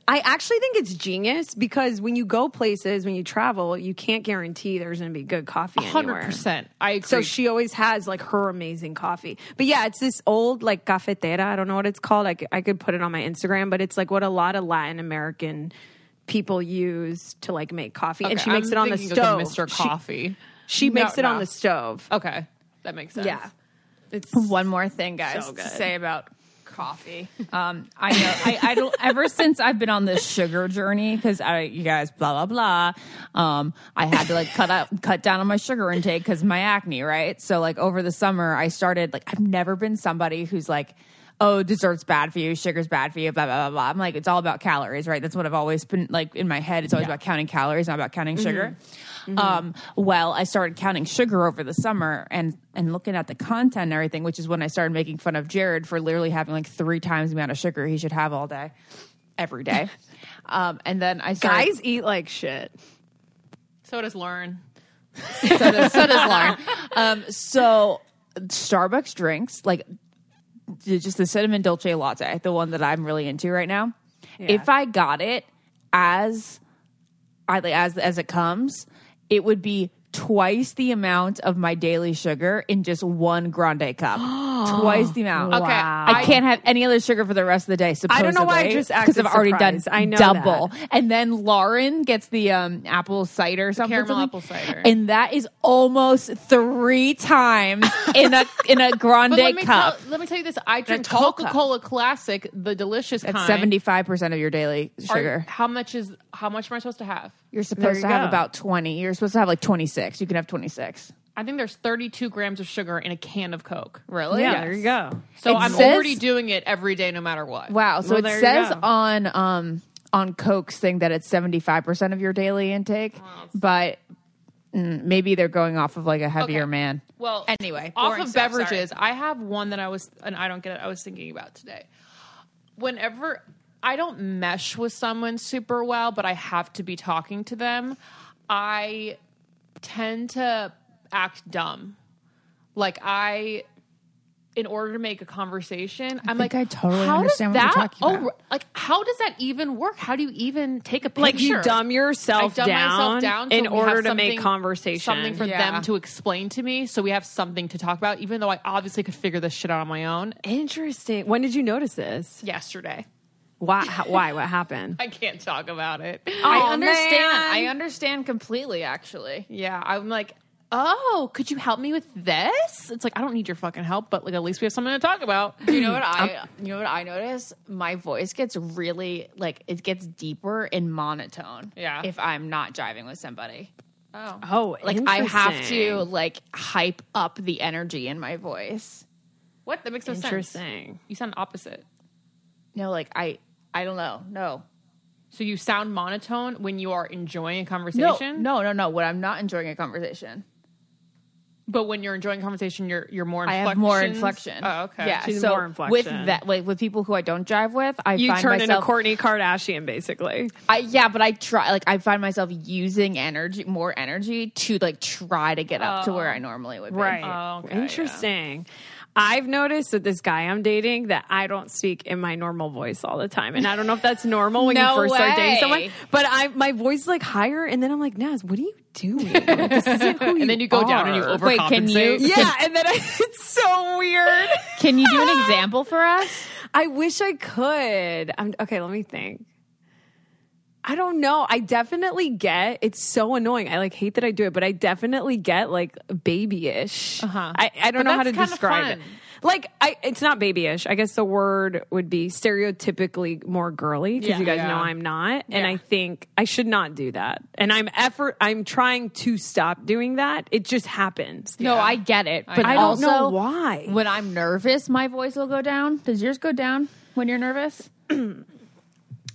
[SPEAKER 4] I actually think it's genius because when you go places, when you travel, you can't guarantee there's going to be good coffee.
[SPEAKER 2] Hundred
[SPEAKER 4] anywhere.
[SPEAKER 2] percent. I agree.
[SPEAKER 4] So she always has like her amazing coffee. But yeah, it's this old like cafetera. I don't know what it's called. I, c- I could put it on my Instagram, but it's like what a lot of Latin American people use to like make coffee. and
[SPEAKER 2] Okay,
[SPEAKER 4] she makes
[SPEAKER 2] I'm
[SPEAKER 4] it on the
[SPEAKER 2] thinking of
[SPEAKER 4] stove.
[SPEAKER 2] Mr.
[SPEAKER 4] She-
[SPEAKER 2] Coffee.
[SPEAKER 4] She, makes
[SPEAKER 2] No,
[SPEAKER 4] it on
[SPEAKER 2] no.
[SPEAKER 4] the stove.
[SPEAKER 2] Okay, that makes sense.
[SPEAKER 4] Yeah. It's
[SPEAKER 5] One more thing, guys,
[SPEAKER 4] So
[SPEAKER 5] to
[SPEAKER 4] good.
[SPEAKER 5] say about coffee. Um, I know I, I don't. Ever since I've been on this sugar journey, because I, you guys, blah blah blah. Um, I had to like cut out, cut down on my sugar intake because my acne, right? So like over the summer, I started like I've never been somebody who's like. Oh, dessert's bad for you. Sugar's bad for you. Blah blah blah blah. I'm like, it's all about calories, right? That's what I've always been like in my head. It's always about counting calories, not about counting sugar. Um, well, I started counting sugar over the summer and and looking at the content and everything, which is when I started making fun of Jared for literally having like three times the amount of sugar he should have all day, every day. um, and then I started,
[SPEAKER 4] guys eat like shit.
[SPEAKER 2] So does Lauren.
[SPEAKER 5] so does, so does Lauren. Um, so Starbucks drinks like just the cinnamon dolce latte, the one that I'm really into right now. If I got it as I like, as as it comes, it would be twice the amount of my daily sugar in just one grande cup. twice the amount.
[SPEAKER 2] Okay, Wow.
[SPEAKER 5] I can't have any other sugar for the rest of the day.
[SPEAKER 4] I
[SPEAKER 5] Supposedly,
[SPEAKER 4] don't know why I just
[SPEAKER 5] because
[SPEAKER 4] acted
[SPEAKER 5] I've already done
[SPEAKER 4] surprised. I know
[SPEAKER 5] double. And then Lauren gets the um, apple cider something
[SPEAKER 2] caramel
[SPEAKER 5] something.
[SPEAKER 2] apple cider.
[SPEAKER 5] and that is almost three times in a in a grande
[SPEAKER 2] But let me,
[SPEAKER 5] cup.
[SPEAKER 2] tell, let me tell you this. I drink
[SPEAKER 5] tall cup.
[SPEAKER 2] Coca Cola Classic, the delicious
[SPEAKER 5] That's
[SPEAKER 2] kind.
[SPEAKER 5] seventy five percent of your daily
[SPEAKER 2] Are-
[SPEAKER 5] sugar.
[SPEAKER 2] how much is how much am I supposed to have?
[SPEAKER 5] You're supposed to have about twenty. You're supposed to have like twenty six. You can have twenty six.
[SPEAKER 2] I think there's 32 grams of sugar in a can of Coke.
[SPEAKER 5] Really?
[SPEAKER 4] Yeah, there you go.
[SPEAKER 2] So
[SPEAKER 5] It
[SPEAKER 2] I'm
[SPEAKER 5] says-
[SPEAKER 2] already doing it every day, no matter what.
[SPEAKER 5] Wow. So
[SPEAKER 4] Well,
[SPEAKER 5] it
[SPEAKER 4] there you
[SPEAKER 5] says
[SPEAKER 4] go.
[SPEAKER 5] on um on Coke's thing that it's seventy five percent of your daily intake, but mm, maybe they're going off of like a heavier
[SPEAKER 2] Okay.
[SPEAKER 5] man.
[SPEAKER 2] Well,
[SPEAKER 5] Anyway,
[SPEAKER 2] off
[SPEAKER 5] boring
[SPEAKER 2] of
[SPEAKER 5] stuff,
[SPEAKER 2] beverages, I have one that I was, and I don't get it. I was thinking about today. Whenever I don't mesh with someone super well, but I have to be talking to them, I tend to act dumb. Like I, in order to make a conversation, I am
[SPEAKER 5] think
[SPEAKER 2] like,
[SPEAKER 5] I totally
[SPEAKER 2] how
[SPEAKER 5] understand
[SPEAKER 2] does that,
[SPEAKER 5] what you're talking about."
[SPEAKER 2] Oh, like how does that even work? How do you even take a picture?
[SPEAKER 4] Like you dumb yourself
[SPEAKER 2] I dumb myself
[SPEAKER 4] down
[SPEAKER 2] down so
[SPEAKER 4] in
[SPEAKER 2] we
[SPEAKER 4] order
[SPEAKER 2] have
[SPEAKER 4] to make
[SPEAKER 2] something-
[SPEAKER 4] conversation.
[SPEAKER 2] something for
[SPEAKER 5] Yeah.
[SPEAKER 2] them to explain to me, so we have something to talk about. Even though I obviously could figure this shit out on my own
[SPEAKER 4] Interesting. When did you notice this?
[SPEAKER 2] yesterday,
[SPEAKER 4] Why? how- why? What happened?
[SPEAKER 2] I can't talk about it.
[SPEAKER 5] I understand. I understand completely. Actually,
[SPEAKER 2] yeah, I'm like, oh, could you help me with this? It's like I don't need your fucking help, but like at least we have something to talk about.
[SPEAKER 5] you know what I? You know what I notice? My voice gets really like it gets deeper in monotone.
[SPEAKER 2] Yeah.
[SPEAKER 5] If I'm not driving with somebody,
[SPEAKER 4] Oh,
[SPEAKER 5] like I have
[SPEAKER 4] interesting.
[SPEAKER 5] to like hype up the energy in my voice.
[SPEAKER 2] What? That makes no sense.
[SPEAKER 4] Interesting.
[SPEAKER 2] You sound opposite.
[SPEAKER 5] No, like I. I don't know. No.
[SPEAKER 2] So you sound monotone when you are enjoying a
[SPEAKER 5] No,
[SPEAKER 2] conversation.
[SPEAKER 5] no, no, no. When I'm not enjoying a conversation,
[SPEAKER 2] but when you're enjoying a conversation, you're you're more.
[SPEAKER 5] I have more
[SPEAKER 2] inflections?
[SPEAKER 5] inflection.
[SPEAKER 2] Oh, okay.
[SPEAKER 5] Yeah.
[SPEAKER 4] She's
[SPEAKER 5] so
[SPEAKER 4] more inflection.
[SPEAKER 5] with that, like with people who I don't drive with, I
[SPEAKER 4] You
[SPEAKER 5] find
[SPEAKER 4] turn
[SPEAKER 5] myself
[SPEAKER 4] into Courtney Kardashian, basically.
[SPEAKER 5] I yeah, but I try like I find myself using energy more energy to like try to get up to where I normally would be.
[SPEAKER 2] Oh, okay,
[SPEAKER 4] Interesting. I've noticed that this guy I'm dating that I don't speak in my normal voice all the time, and I don't know if that's normal when you
[SPEAKER 5] No
[SPEAKER 4] first start dating
[SPEAKER 5] way.
[SPEAKER 4] someone. But I, my voice is like higher, and then I'm like, Naz, what are you doing? Like, this isn't who
[SPEAKER 2] And then you go down and you
[SPEAKER 4] are.
[SPEAKER 2] overcompensate.
[SPEAKER 5] can you-
[SPEAKER 4] Yeah, and then I, it's so weird.
[SPEAKER 5] Can you do an example for us?
[SPEAKER 4] I wish I could. I'm okay, let me think. I don't know. I definitely get it's so annoying. I like hate that I do it, but I definitely get like babyish. Uh-huh. I, I don't
[SPEAKER 2] But
[SPEAKER 4] know how to
[SPEAKER 2] that's kinda
[SPEAKER 4] describe it.
[SPEAKER 2] fun.
[SPEAKER 4] Like I it's not babyish. I guess the word would be stereotypically more girly because
[SPEAKER 2] Yeah.
[SPEAKER 4] you guys know
[SPEAKER 2] Yeah.
[SPEAKER 4] I'm not. And I think I should not do that. And I'm effort I'm trying to stop doing that. It just happens.
[SPEAKER 5] No, I get it, but
[SPEAKER 4] I don't
[SPEAKER 5] also
[SPEAKER 4] know why.
[SPEAKER 5] When I'm nervous, my voice will go down. Does yours go down when you're nervous?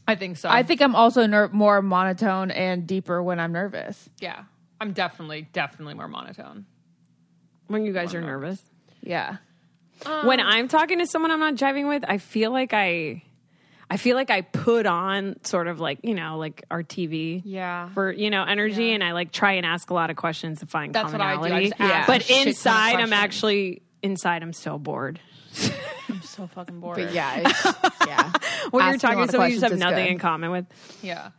[SPEAKER 2] I think so.
[SPEAKER 5] I think I'm also ner- more monotone and deeper when I'm nervous.
[SPEAKER 2] yeah, I'm definitely definitely more monotone.
[SPEAKER 4] When you guys are nervous.
[SPEAKER 5] Yeah.
[SPEAKER 2] Um,
[SPEAKER 4] when I'm talking to someone I'm not jiving with, I feel like I I feel like I put on sort of like, you know, like our TV.
[SPEAKER 2] Yeah.
[SPEAKER 4] For, you know, energy and I like try and ask a lot of questions to find
[SPEAKER 2] That's what I do. I
[SPEAKER 4] commonality.
[SPEAKER 2] just ask a
[SPEAKER 4] But
[SPEAKER 2] shit ton of
[SPEAKER 4] inside I'm
[SPEAKER 2] questions.
[SPEAKER 4] actually inside I'm so bored.
[SPEAKER 2] So fucking bored.
[SPEAKER 5] But yeah. It's, yeah.
[SPEAKER 4] When
[SPEAKER 5] Asking
[SPEAKER 4] you're
[SPEAKER 5] a
[SPEAKER 4] talking
[SPEAKER 5] lot
[SPEAKER 4] to
[SPEAKER 5] of
[SPEAKER 4] someone you just have
[SPEAKER 5] questions is
[SPEAKER 4] nothing
[SPEAKER 5] good.
[SPEAKER 4] in common with.
[SPEAKER 2] yeah.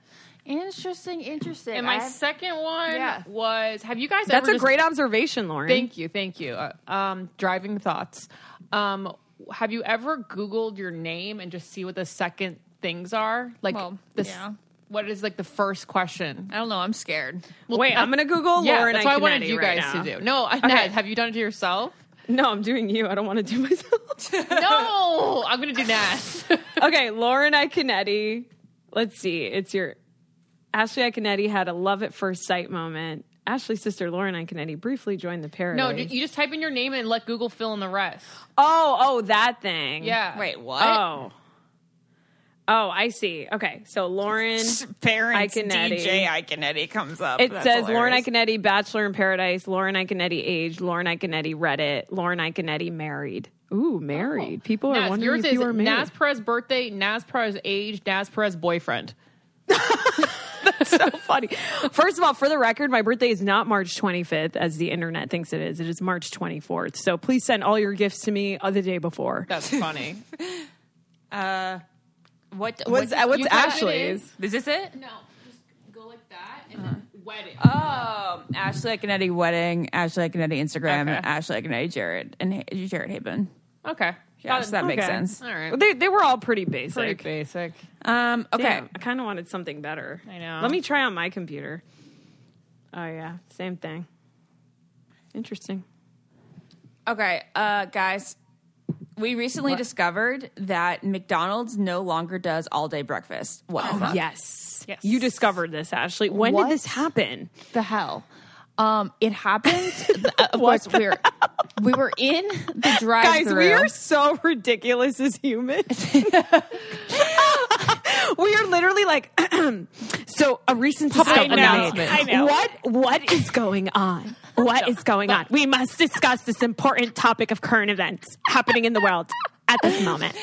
[SPEAKER 5] Interesting, interesting.
[SPEAKER 2] And my
[SPEAKER 5] I-
[SPEAKER 2] second one
[SPEAKER 5] Yeah.
[SPEAKER 2] was Have you guys?
[SPEAKER 4] That's
[SPEAKER 2] ever
[SPEAKER 4] a
[SPEAKER 2] just-
[SPEAKER 4] great observation, Lauren.
[SPEAKER 2] Thank you, thank you. Uh, um, driving thoughts. Um, have you ever Googled your name and just see what the second things are? Like
[SPEAKER 5] Well,
[SPEAKER 2] the s-
[SPEAKER 5] yeah.
[SPEAKER 2] What is like the first question?
[SPEAKER 5] I don't know. I'm scared.
[SPEAKER 4] Wait, I'm gonna Google
[SPEAKER 2] yeah,
[SPEAKER 4] Lauren
[SPEAKER 2] that's what I wanted
[SPEAKER 4] Iaconetti
[SPEAKER 2] you
[SPEAKER 4] right
[SPEAKER 2] guys
[SPEAKER 4] now.
[SPEAKER 2] to do. No, I Ned, have you done it to yourself?
[SPEAKER 4] No, I'm doing you. I don't want to do myself.
[SPEAKER 2] No, I'm gonna do Naz.
[SPEAKER 4] okay, Lauren Iconetti. Let's see. It's your Ashley Iconetti had a love at first sight moment. Ashley's sister Lauren Iconetti briefly joined the paradise.
[SPEAKER 2] no, d- you just type in your name and let Google fill in the rest.
[SPEAKER 4] oh, oh, that thing.
[SPEAKER 2] Yeah.
[SPEAKER 5] what?
[SPEAKER 4] Oh. Oh, I see. Okay, so Lauren.
[SPEAKER 8] Parents
[SPEAKER 4] Iconetti.
[SPEAKER 8] DJ Iconetti comes up.
[SPEAKER 4] It
[SPEAKER 8] That's
[SPEAKER 4] says Lauren
[SPEAKER 8] hilarious.
[SPEAKER 4] Iconetti, Bachelor in Paradise, Lauren Iconetti age, Lauren Iconetti Reddit, Lauren Iconetti married. Ooh, married. People are
[SPEAKER 2] Naz,
[SPEAKER 4] wondering
[SPEAKER 2] Oh. yours
[SPEAKER 4] if
[SPEAKER 2] is
[SPEAKER 4] you are married.
[SPEAKER 2] Naz Perez birthday, Naz Perez age, Naz Perez boyfriend.
[SPEAKER 4] so funny. First of all, for the record, my birthday is not March 25th, as the internet thinks it is. It is March 24th. So please send all your gifts to me uh, the day before.
[SPEAKER 2] That's funny.
[SPEAKER 8] What,
[SPEAKER 4] What's, uh, what's
[SPEAKER 2] you got it
[SPEAKER 4] Ashley's?
[SPEAKER 8] is this it?
[SPEAKER 2] no, just go like that and then wet it.
[SPEAKER 8] Um,
[SPEAKER 5] Uh-huh. Oh, Ashley Iconetti wedding, Ashley Iconetti Instagram,
[SPEAKER 2] Okay.
[SPEAKER 5] and Ashley Iconetti Jared and Ha- Jared Haven.
[SPEAKER 2] Okay.
[SPEAKER 5] Yes, that makes
[SPEAKER 4] Okay.
[SPEAKER 5] sense.
[SPEAKER 2] All right.
[SPEAKER 4] Well, They, they were all pretty basic.
[SPEAKER 2] Pretty basic.
[SPEAKER 5] Um, okay.
[SPEAKER 4] Damn, I kind of wanted something better.
[SPEAKER 2] I know.
[SPEAKER 4] Let me try on my computer. Oh, yeah. Same thing. Interesting.
[SPEAKER 5] Okay, uh, guys, we recently discovered that McDonald's no longer does all day breakfast. What the fuck?
[SPEAKER 4] Yes. yes. You discovered this, Ashley. When
[SPEAKER 5] What?
[SPEAKER 4] did this happen?
[SPEAKER 5] the hell? Um, it happened. uh, of course, we were we were in the drive
[SPEAKER 4] Guys,
[SPEAKER 5] through.
[SPEAKER 4] we are so ridiculous as humans. we are literally like, so a recent discovery.
[SPEAKER 2] announcement.
[SPEAKER 4] I know. What what is going on? What is going on? We must discuss this important topic of current events happening in the world at this moment.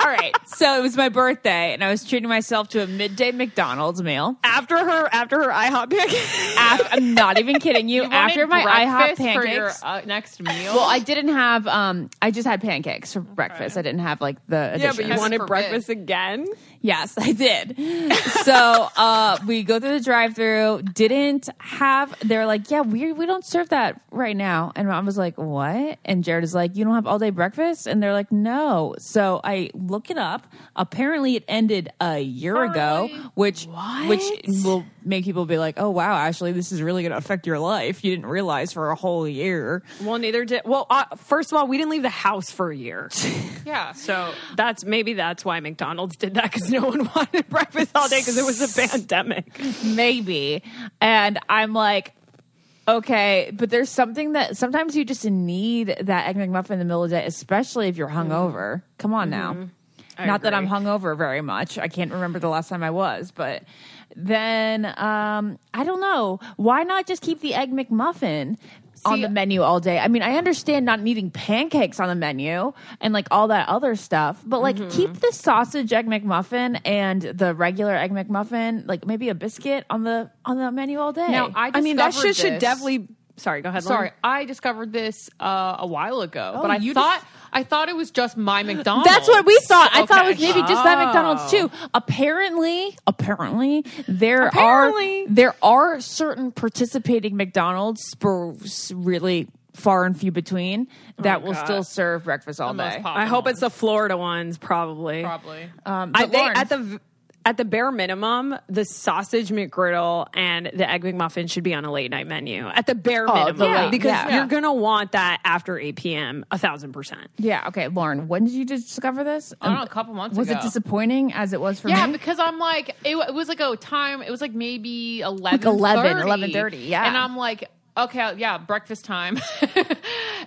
[SPEAKER 5] All right, so it was my birthday, and I was treating myself to a midday McDonald's meal.
[SPEAKER 4] After her, after her IHOP pancake.
[SPEAKER 5] Af- I'm not even kidding you. after my IHOP
[SPEAKER 2] breakfast for your
[SPEAKER 5] pancakes,
[SPEAKER 2] uh, next meal.
[SPEAKER 5] well, I didn't have. Um, I just had pancakes for breakfast. I didn't have like the. Additions.
[SPEAKER 2] you wanted breakfast
[SPEAKER 4] again.
[SPEAKER 5] Yes, I did. so uh, we go through the drive-through. Didn't have. They're like, yeah, we we don't serve that right now. And mom was like, what? And Jared is like, you don't have all day breakfast. And they're like, no. So I look it up. Apparently, it ended a year ago, which which will make people be like, oh wow, Ashley, this is really going to affect your life. You didn't realize for a whole year.
[SPEAKER 4] Well, neither did. Well, uh, first of all, we didn't leave the house for a year.
[SPEAKER 2] yeah. So
[SPEAKER 4] So that's maybe that's why McDonald's did that because no one wanted breakfast all day because it was a pandemic.
[SPEAKER 5] maybe. And I'm like, okay, but there's something that sometimes you just need that egg McMuffin in the middle of the day, especially if you're hungover. Come on now. Not that I'm hungover very much. I can't remember the last time I was, but then um, I don't know. Why not just keep the egg McMuffin? on the menu all day. I mean, I understand not needing pancakes on the menu and like all that other stuff, but like keep the sausage egg McMuffin and the regular egg McMuffin, like maybe a biscuit on the on the menu all day.
[SPEAKER 2] now I,
[SPEAKER 4] I mean, that
[SPEAKER 2] discovered
[SPEAKER 4] shit should
[SPEAKER 2] this-
[SPEAKER 4] definitely. Sorry, go ahead.
[SPEAKER 2] Sorry,
[SPEAKER 4] Lauren.
[SPEAKER 2] I discovered this uh, a while ago, but I
[SPEAKER 5] you
[SPEAKER 2] thought I thought it was just my McDonald's.
[SPEAKER 5] That's what we thought. I thought it was
[SPEAKER 2] Okay. Oh.
[SPEAKER 5] maybe just that McDonald's too. Apparently, apparently there
[SPEAKER 4] Apparently.
[SPEAKER 5] are there are certain participating McDonald's, for s- really far and few between,
[SPEAKER 2] Oh
[SPEAKER 5] that will still serve breakfast all
[SPEAKER 2] most
[SPEAKER 5] day.
[SPEAKER 2] popular.
[SPEAKER 4] I hope it's the Florida ones, probably.
[SPEAKER 2] probably.
[SPEAKER 5] Um,
[SPEAKER 4] I, they,
[SPEAKER 5] Lauren-
[SPEAKER 4] at the v- at the bare minimum, the sausage McGriddle and the egg McMuffin should be on a late night menu. At the bare minimum,
[SPEAKER 5] Oh, the late-
[SPEAKER 4] because
[SPEAKER 5] yeah.
[SPEAKER 4] you're gonna want that after eight p.m. a thousand percent.
[SPEAKER 5] Yeah. Okay, Lauren, when did you discover this?
[SPEAKER 2] I don't know, a couple months
[SPEAKER 5] was
[SPEAKER 2] ago.
[SPEAKER 5] it disappointing as it was for
[SPEAKER 2] yeah,
[SPEAKER 5] me?
[SPEAKER 2] because I'm like, it, wa- it was like a time. It was like maybe 11,
[SPEAKER 5] 11, 11:30, yeah.
[SPEAKER 2] And I'm like, okay, uh, yeah, breakfast time.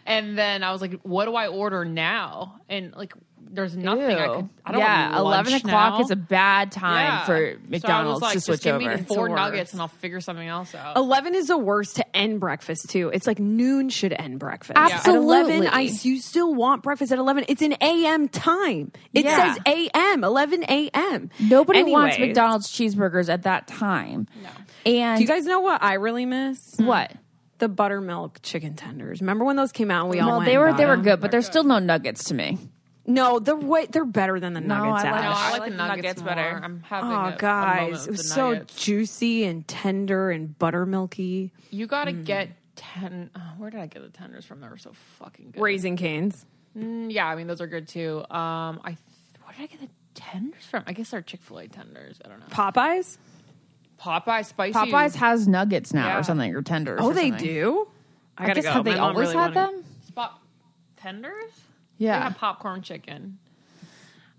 [SPEAKER 2] and then I was like, what do I order now? And like, there's nothing I could. I don't
[SPEAKER 5] yeah,
[SPEAKER 2] want lunch
[SPEAKER 5] eleven o'clock
[SPEAKER 2] now.
[SPEAKER 5] is a bad time
[SPEAKER 2] Yeah. So I
[SPEAKER 5] for
[SPEAKER 2] was
[SPEAKER 5] McDonald's
[SPEAKER 2] like,
[SPEAKER 5] to
[SPEAKER 2] just
[SPEAKER 5] switch
[SPEAKER 2] give
[SPEAKER 5] over.
[SPEAKER 2] Me four nuggets and I'll figure something else out.
[SPEAKER 4] 11 is the worst to end breakfast too. It's like noon should end breakfast. At 11, I,
[SPEAKER 5] Absolutely.
[SPEAKER 4] you still want breakfast at 11. It's an AM time. It
[SPEAKER 5] Yeah.
[SPEAKER 4] says AM, 11 AM.
[SPEAKER 5] Nobody wants
[SPEAKER 4] Anyways,
[SPEAKER 5] McDonald's cheeseburgers at that time. No. And
[SPEAKER 4] Do you guys know what I really miss?
[SPEAKER 5] what?
[SPEAKER 4] The buttermilk chicken tenders. Remember when those came out and we all
[SPEAKER 5] Well,
[SPEAKER 4] went
[SPEAKER 5] they
[SPEAKER 4] and
[SPEAKER 5] were
[SPEAKER 4] got
[SPEAKER 5] they were
[SPEAKER 4] them?
[SPEAKER 5] good, but there's still no nuggets to me.
[SPEAKER 4] No, they're way, they're better than the nuggets.
[SPEAKER 5] I like-
[SPEAKER 2] no,
[SPEAKER 4] Alex.
[SPEAKER 2] I,
[SPEAKER 5] I
[SPEAKER 2] like,
[SPEAKER 5] like
[SPEAKER 2] the nuggets,
[SPEAKER 5] nuggets better.
[SPEAKER 2] more. I'm having a- a
[SPEAKER 4] Oh,
[SPEAKER 2] moment
[SPEAKER 4] guys,
[SPEAKER 2] with
[SPEAKER 4] it was
[SPEAKER 2] the
[SPEAKER 4] so
[SPEAKER 2] nuggets.
[SPEAKER 4] juicy and tender and buttermilky.
[SPEAKER 2] You gotta get ten. oh, where did I get the tenders from? They were so fucking good.
[SPEAKER 4] Raising canes.
[SPEAKER 2] Mm, yeah, I mean those are good too. Um, I th- where did I get the tenders from? I guess they're Chick Fil A tenders. I don't know.
[SPEAKER 4] Popeyes?
[SPEAKER 2] Popeye spicy.
[SPEAKER 5] Popeyes has nuggets now
[SPEAKER 2] Yeah.
[SPEAKER 5] or something or tenders.
[SPEAKER 4] Oh,
[SPEAKER 5] or
[SPEAKER 4] they
[SPEAKER 5] something.
[SPEAKER 4] do?
[SPEAKER 5] I, guess have they always had them?
[SPEAKER 2] Pop- tenders. They
[SPEAKER 5] Yeah.
[SPEAKER 2] have popcorn chicken.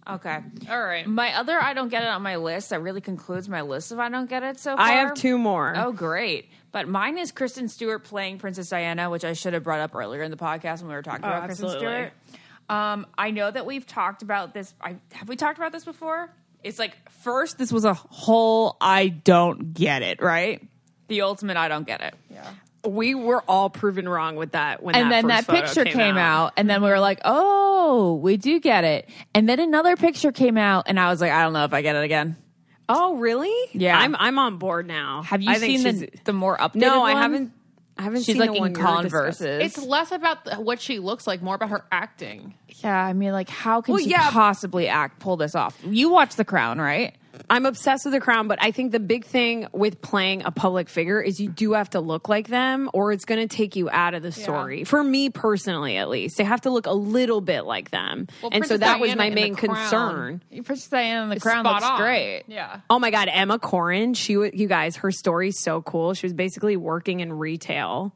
[SPEAKER 9] Okay.
[SPEAKER 2] All right.
[SPEAKER 9] My other I don't get it on my list that really concludes my list of I don't get it so far.
[SPEAKER 4] I have two more.
[SPEAKER 9] Oh, great. But mine is Kristen Stewart playing Princess Diana, which I should have brought up earlier in the podcast when we were talking about Kristen
[SPEAKER 4] Oh, absolutely.
[SPEAKER 9] Stewart. Um, I know that we've talked about this. I, have we talked about this before? It's like, first, this was a whole I don't get it, right? The ultimate I don't get it.
[SPEAKER 4] We were all proven wrong with that when
[SPEAKER 5] and then that
[SPEAKER 4] first photo
[SPEAKER 5] picture came, out. and then we were like, "Oh, we do get it." And then another picture came out, and I was like, "I don't know if I get it again."
[SPEAKER 4] Oh, really?
[SPEAKER 5] Yeah.
[SPEAKER 4] I'm I'm on board now.
[SPEAKER 5] Have you
[SPEAKER 4] I think
[SPEAKER 5] seen the,
[SPEAKER 4] she's-
[SPEAKER 5] the more updated?
[SPEAKER 4] No, I
[SPEAKER 5] one?
[SPEAKER 4] haven't I haven't
[SPEAKER 5] She's
[SPEAKER 4] seen
[SPEAKER 5] like
[SPEAKER 4] the one
[SPEAKER 5] in
[SPEAKER 4] you were discussing.
[SPEAKER 5] Converses.
[SPEAKER 2] It's less about the, what she looks like, more about her acting.
[SPEAKER 5] yeah, I mean, like, how can
[SPEAKER 4] Well,
[SPEAKER 5] she
[SPEAKER 4] yeah.
[SPEAKER 5] possibly act pull this off? You watch The Crown, right?
[SPEAKER 4] I'm obsessed with the crown, but I think the big thing with playing a public figure is you do have to look like them or it's going to take you out of the story. For me personally, at least, they have to look a little bit like them.
[SPEAKER 2] Well,
[SPEAKER 4] and so
[SPEAKER 2] Princess
[SPEAKER 4] that was
[SPEAKER 2] Diana
[SPEAKER 4] my
[SPEAKER 2] in The
[SPEAKER 4] main
[SPEAKER 2] Crown
[SPEAKER 4] concern.
[SPEAKER 5] Princess Diana and The Crown
[SPEAKER 2] Spot
[SPEAKER 5] looks
[SPEAKER 2] on.
[SPEAKER 5] great.
[SPEAKER 2] Yeah.
[SPEAKER 4] Oh my God, Emma Corrin, she wa- you guys, her story's so cool. She was basically working in retail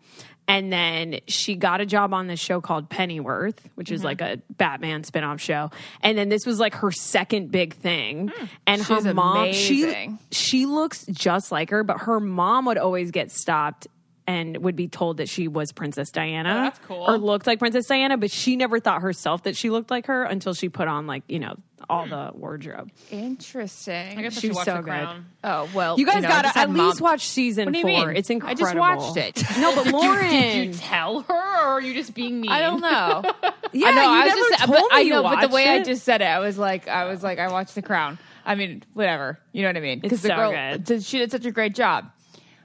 [SPEAKER 4] and then she got a job on this show called Pennyworth, which
[SPEAKER 2] Mm-hmm.
[SPEAKER 4] is like a Batman spin-off show. And then this was like her second big thing.
[SPEAKER 2] Hmm.
[SPEAKER 4] And
[SPEAKER 5] She's
[SPEAKER 4] her mom,
[SPEAKER 5] amazing.
[SPEAKER 4] she she looks just like her, but her mom would always get stopped and would be told that she was Princess Diana.
[SPEAKER 2] Oh, that's cool.
[SPEAKER 4] Or looked like Princess Diana, but she never thought herself that she looked like her until she put on like, you know, all the wardrobe.
[SPEAKER 5] Interesting.
[SPEAKER 2] I guess I
[SPEAKER 4] She
[SPEAKER 2] should
[SPEAKER 4] was
[SPEAKER 2] watch
[SPEAKER 4] so
[SPEAKER 2] The
[SPEAKER 4] good.
[SPEAKER 2] Crown.
[SPEAKER 5] oh well,
[SPEAKER 4] You guys
[SPEAKER 5] know, I
[SPEAKER 4] gotta
[SPEAKER 5] just had
[SPEAKER 4] at least
[SPEAKER 5] mom-
[SPEAKER 4] watch season
[SPEAKER 5] What do you
[SPEAKER 4] four.
[SPEAKER 5] mean?
[SPEAKER 4] It's
[SPEAKER 5] I just
[SPEAKER 4] incredible.
[SPEAKER 5] watched it.
[SPEAKER 4] No, but Lauren,
[SPEAKER 2] Did you tell her, or are you just being mean?
[SPEAKER 5] I don't know.
[SPEAKER 4] yeah,
[SPEAKER 5] I know.
[SPEAKER 4] you
[SPEAKER 5] I was
[SPEAKER 4] never
[SPEAKER 5] just,
[SPEAKER 4] told
[SPEAKER 5] but, I
[SPEAKER 4] me you
[SPEAKER 5] know, but the
[SPEAKER 4] watched
[SPEAKER 5] way I
[SPEAKER 4] it.
[SPEAKER 5] just said it, I was like, I was like, I watched The Crown. I mean, whatever. You know what I mean? Because
[SPEAKER 4] It's
[SPEAKER 5] the
[SPEAKER 4] so
[SPEAKER 5] girl,
[SPEAKER 4] good.
[SPEAKER 5] did- she did such a great job.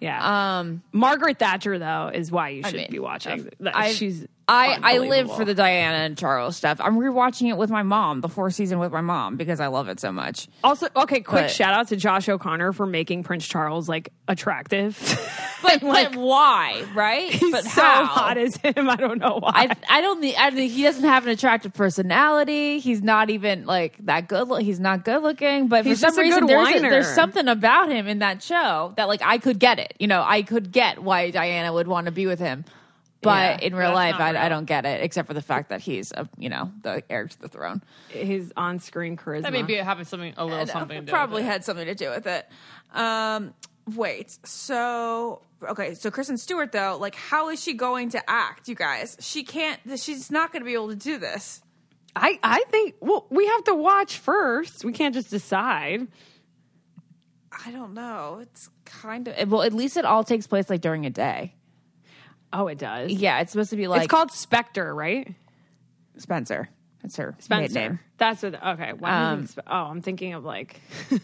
[SPEAKER 4] yeah.
[SPEAKER 5] Um,
[SPEAKER 4] Margaret Thatcher though is why you should
[SPEAKER 5] mean,
[SPEAKER 4] be watching. That-
[SPEAKER 5] I,
[SPEAKER 4] She's
[SPEAKER 5] I, I live
[SPEAKER 4] unbelievable.
[SPEAKER 5] for the Diana and Charles stuff. I'm rewatching it with my mom, the four season with my mom, because I love it so much.
[SPEAKER 4] Also, okay, quick
[SPEAKER 5] But-
[SPEAKER 4] shout out to Josh O'Connor for making Prince Charles like attractive.
[SPEAKER 5] But,
[SPEAKER 4] like,
[SPEAKER 5] but why, right?
[SPEAKER 4] he's
[SPEAKER 5] but
[SPEAKER 4] so
[SPEAKER 5] how?
[SPEAKER 4] hot as him. I don't know why.
[SPEAKER 5] I, I don't think I think he doesn't have an attractive personality. He's not even like that good. Look, he's not good looking. But
[SPEAKER 4] He's
[SPEAKER 5] for
[SPEAKER 4] just
[SPEAKER 5] some
[SPEAKER 4] a
[SPEAKER 5] reason,
[SPEAKER 4] good
[SPEAKER 5] there's,
[SPEAKER 4] whiner.
[SPEAKER 5] there's something about him in that show that like I could get it. You know, I could get why Diana would want to be with him. But in real life, I, I don't get it, except for the fact that he's a you know the heir to the throne.
[SPEAKER 4] His on-screen charisma.
[SPEAKER 2] That maybe it having something a little something. To do with
[SPEAKER 9] probably
[SPEAKER 2] it.
[SPEAKER 9] had something to do with it. Um, wait, so okay, so Kristen Stewart though, like, how is she going to act, you guys? She can't. She's not going to be able to do this.
[SPEAKER 4] I I think well we have to watch first. We can't just decide.
[SPEAKER 9] I don't know. It's kind of.
[SPEAKER 5] Eh, Well, at least it all takes place like during a day.
[SPEAKER 4] Oh, it does.
[SPEAKER 5] Yeah, it's supposed to be like
[SPEAKER 4] it's called Spectre, right?
[SPEAKER 5] Spencer. That's her
[SPEAKER 4] Spencer.
[SPEAKER 5] maiden name.
[SPEAKER 4] That's what. Okay. Why do you
[SPEAKER 2] Um,
[SPEAKER 4] think Sp- oh, I'm thinking of like, I'm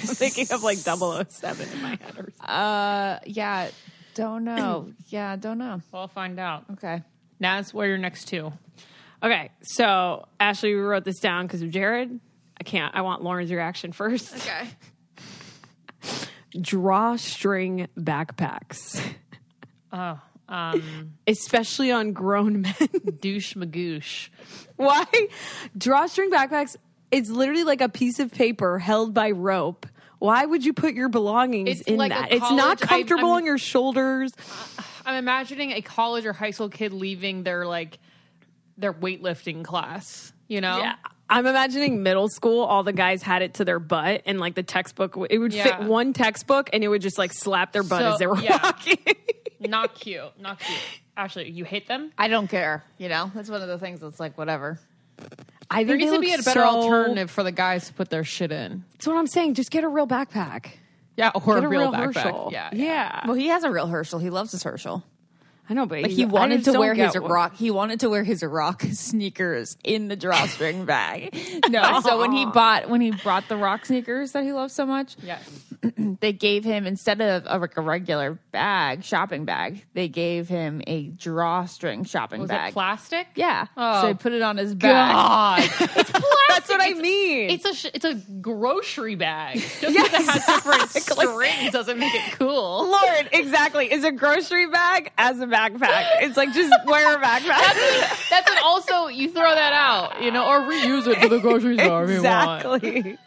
[SPEAKER 4] thinking of like 007 in my head or something.
[SPEAKER 5] Uh, yeah, don't know. yeah, don't know.
[SPEAKER 2] We'll find out.
[SPEAKER 5] Okay.
[SPEAKER 2] Naz, where you're next to?
[SPEAKER 4] Okay. So Ashley, we wrote this down because of Jared. I can't. I want Lauren's reaction first.
[SPEAKER 9] Okay.
[SPEAKER 4] Drawstring backpacks,
[SPEAKER 2] Oh, um,
[SPEAKER 4] especially on grown men.
[SPEAKER 2] douche magoosh.
[SPEAKER 4] Why? Drawstring backpacks. It's literally like a piece of paper held by rope. Why would you put your belongings
[SPEAKER 2] It's
[SPEAKER 4] in
[SPEAKER 2] like a
[SPEAKER 4] that? It's
[SPEAKER 2] college-
[SPEAKER 4] not
[SPEAKER 2] I-
[SPEAKER 4] comfortable
[SPEAKER 2] I'm-
[SPEAKER 4] on your shoulders.
[SPEAKER 2] I'm imagining a college or high school kid leaving their like their weightlifting class. You know,
[SPEAKER 4] Yeah. I'm imagining middle school, all the guys had it to their butt, and like the textbook, w- it would
[SPEAKER 2] Yeah.
[SPEAKER 4] fit one textbook and it would just like slap their butt
[SPEAKER 2] So,
[SPEAKER 4] as they were
[SPEAKER 2] yeah.
[SPEAKER 4] walking.
[SPEAKER 2] not cute, not cute. Ashley, you hate them?
[SPEAKER 5] I don't care. You know, that's one of the things that's like whatever.
[SPEAKER 10] I think
[SPEAKER 2] There
[SPEAKER 10] they
[SPEAKER 2] needs to be a
[SPEAKER 10] look
[SPEAKER 2] better
[SPEAKER 10] so-
[SPEAKER 2] alternative for the guys to put their shit in.
[SPEAKER 10] That's what I'm saying. Just get a real backpack.
[SPEAKER 2] Yeah, or
[SPEAKER 10] Get
[SPEAKER 2] a real,
[SPEAKER 10] Herschel.
[SPEAKER 2] backpack. Yeah, yeah.
[SPEAKER 5] Well, he has a real Herschel. He loves his Herschel.
[SPEAKER 10] I know, but
[SPEAKER 5] Like he wanted to wear his rock. He wanted to wear his rock sneakers in the drawstring bag. No, so when he bought when he brought the rock sneakers that he loved so much, they gave him instead of a, like a regular bag shopping bag, they gave him a drawstring shopping
[SPEAKER 2] Was it
[SPEAKER 5] bag.
[SPEAKER 2] plastic?
[SPEAKER 5] yeah, so
[SPEAKER 2] Oh.
[SPEAKER 5] he put it on his back.
[SPEAKER 10] That's what I mean.
[SPEAKER 2] It's a sh- it's a grocery bag. Just because it has different strings doesn't make it cool.
[SPEAKER 4] Lord, exactly. It's a grocery bag as a backpack. It's like just wear a backpack.
[SPEAKER 2] That's an also you throw that out, you know, or reuse it for the grocery store if you want.
[SPEAKER 4] exactly.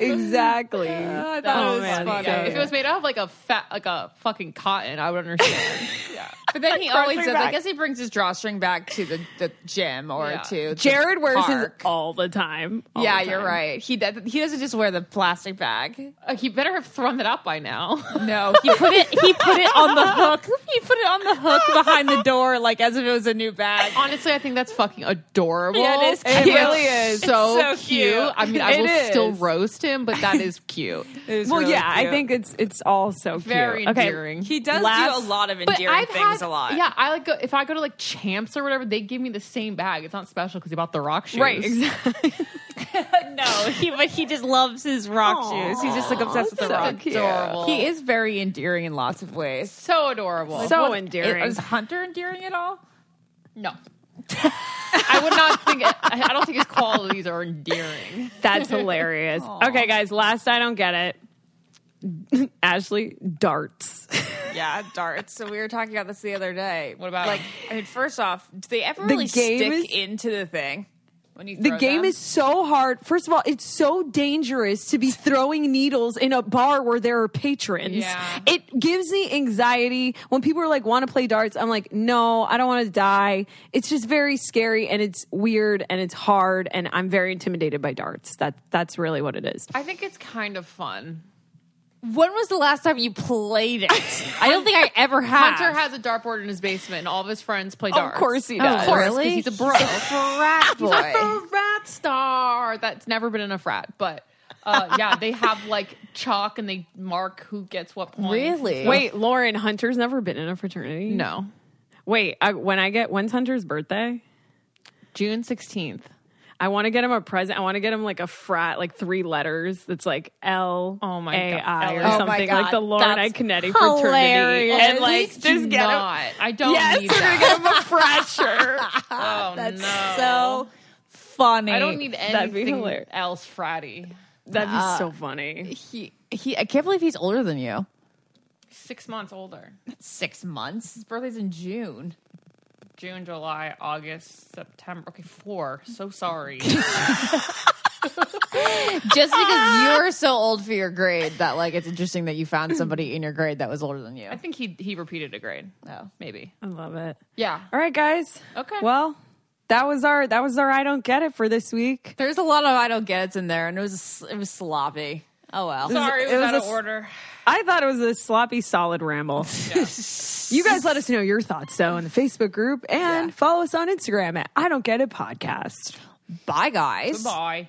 [SPEAKER 4] exactly.
[SPEAKER 2] Oh, man, yeah. If it was made out of like a fat, like a fucking cotton, I would understand.
[SPEAKER 5] But then he always does. I
[SPEAKER 4] bag.
[SPEAKER 5] guess he brings his drawstring bag to the, the gym or
[SPEAKER 2] Yeah.
[SPEAKER 5] to the
[SPEAKER 4] Jared wears his
[SPEAKER 5] park.
[SPEAKER 4] all the time. All the
[SPEAKER 5] Yeah,
[SPEAKER 4] time.
[SPEAKER 5] you're right. He does, he doesn't just wear the plastic bag.
[SPEAKER 2] like, you uh, better have thrown that out by now.
[SPEAKER 5] No, he put it. He put it on the hook. He put it on the hook behind the door, like as if it was a new bag.
[SPEAKER 2] Honestly, I think that's fucking adorable.
[SPEAKER 5] Yeah, it is
[SPEAKER 2] And
[SPEAKER 5] cute.
[SPEAKER 2] it's
[SPEAKER 5] really is.
[SPEAKER 2] So,
[SPEAKER 5] It's so
[SPEAKER 2] cute.
[SPEAKER 5] cute.
[SPEAKER 2] I mean, I
[SPEAKER 4] It
[SPEAKER 2] will still
[SPEAKER 4] is.
[SPEAKER 2] roast him, but that is cute.
[SPEAKER 4] Well, yeah, I think it's it's all so
[SPEAKER 2] Very
[SPEAKER 4] cute. Okay.
[SPEAKER 2] endearing.
[SPEAKER 5] he does
[SPEAKER 4] Last-
[SPEAKER 5] do a lot of
[SPEAKER 2] but
[SPEAKER 5] endearing
[SPEAKER 2] I've
[SPEAKER 5] things
[SPEAKER 2] had,
[SPEAKER 5] a lot.
[SPEAKER 2] Yeah, I like go, if I go to like Champs or whatever, they give me the same bag. It's not special because he bought the rock shoes.
[SPEAKER 4] Right, exactly.
[SPEAKER 5] no, he but he just loves his rock shoes. He's just like obsessed with the rock.
[SPEAKER 2] Adorable.
[SPEAKER 5] He is very endearing in lots of ways.
[SPEAKER 2] so adorable.
[SPEAKER 4] So
[SPEAKER 5] It,
[SPEAKER 4] endearing.
[SPEAKER 5] is Hunter endearing at all?
[SPEAKER 2] no. I would not think. I, I don't think his qualities are endearing.
[SPEAKER 4] That's hilarious. Okay, guys, last I don't get it. Ashley darts.
[SPEAKER 5] Yeah, darts. So we were talking about this the other day. What
[SPEAKER 2] about-
[SPEAKER 5] like? I mean, first off, do they ever
[SPEAKER 4] The
[SPEAKER 5] really
[SPEAKER 4] game
[SPEAKER 5] stick
[SPEAKER 4] is-
[SPEAKER 5] into the thing when you?
[SPEAKER 4] The
[SPEAKER 5] throw
[SPEAKER 4] game
[SPEAKER 5] them?
[SPEAKER 4] is so hard. First of all, it's so dangerous to be throwing needles in a bar where there are patrons.
[SPEAKER 2] Yeah.
[SPEAKER 4] It gives me anxiety when people are like, want to play darts. I'm like, no, I don't want to die. It's just very scary and it's weird and it's hard and I'm very intimidated by darts. That that's really what it is.
[SPEAKER 2] I think it's kind of fun.
[SPEAKER 5] When was the last time you played it? I don't think I ever have.
[SPEAKER 2] Hunter has a dartboard in his basement, and all of his friends play darts.
[SPEAKER 4] course he
[SPEAKER 2] Of
[SPEAKER 4] does.
[SPEAKER 2] course, 'cause
[SPEAKER 5] Really?
[SPEAKER 2] he's a bro.
[SPEAKER 5] frat boy.
[SPEAKER 2] a rat star. That's never been in a frat, but uh, yeah, they have like chalk and they mark who gets what points.
[SPEAKER 5] Really?
[SPEAKER 4] Wait, Lauren, Hunter's never been in a fraternity?
[SPEAKER 2] No.
[SPEAKER 4] Wait, I, when I get when's Hunter's birthday?
[SPEAKER 2] June sixteenth.
[SPEAKER 4] I want to get him a present. I want to get him like a frat, like three letters. That's like L
[SPEAKER 2] Oh my
[SPEAKER 4] A
[SPEAKER 2] God.
[SPEAKER 4] I or
[SPEAKER 2] Oh my
[SPEAKER 4] something
[SPEAKER 5] God.
[SPEAKER 4] like the Lauren I
[SPEAKER 5] That's
[SPEAKER 4] Kinetic fraternity.
[SPEAKER 5] hilarious.
[SPEAKER 4] And like just get him.
[SPEAKER 2] not. I don't
[SPEAKER 4] Yes,
[SPEAKER 2] need
[SPEAKER 4] we're gonna
[SPEAKER 2] that.
[SPEAKER 4] get him a frat shirt.
[SPEAKER 2] Oh,
[SPEAKER 5] That's
[SPEAKER 2] no.
[SPEAKER 5] so funny.
[SPEAKER 2] I don't need
[SPEAKER 4] That'd be
[SPEAKER 2] anything
[SPEAKER 4] hilarious.
[SPEAKER 2] else fratty.
[SPEAKER 4] That'd be so funny.
[SPEAKER 5] He, he, I can't believe he's older than you.
[SPEAKER 2] Six months older.
[SPEAKER 5] Six months. His birthday's in June.
[SPEAKER 2] June, July, August, September. Okay, four. So sorry.
[SPEAKER 5] Just because you're so old for your grade that like it's interesting that you found somebody in your grade that was older than you.
[SPEAKER 2] I think he he repeated a grade.
[SPEAKER 5] Oh.
[SPEAKER 2] Maybe.
[SPEAKER 4] I love it.
[SPEAKER 2] Yeah.
[SPEAKER 4] All right, guys.
[SPEAKER 2] Okay.
[SPEAKER 4] Well, that was our that was our I don't get it for this week.
[SPEAKER 5] There's a lot of I don't get it's in there, and it was it was sloppy. Oh well.
[SPEAKER 2] Sorry, it was,
[SPEAKER 4] it was
[SPEAKER 2] out
[SPEAKER 4] a
[SPEAKER 2] of
[SPEAKER 4] s-
[SPEAKER 2] order.
[SPEAKER 4] I thought it was a sloppy, solid ramble. you guys let us know your thoughts though in the Facebook group and follow us on Instagram at I don't get it podcast.
[SPEAKER 5] Bye guys.
[SPEAKER 2] Bye.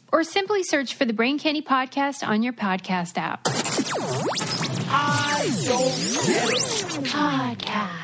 [SPEAKER 1] Or simply search for the Brain Candy Podcast on your podcast app. I don't Podcast.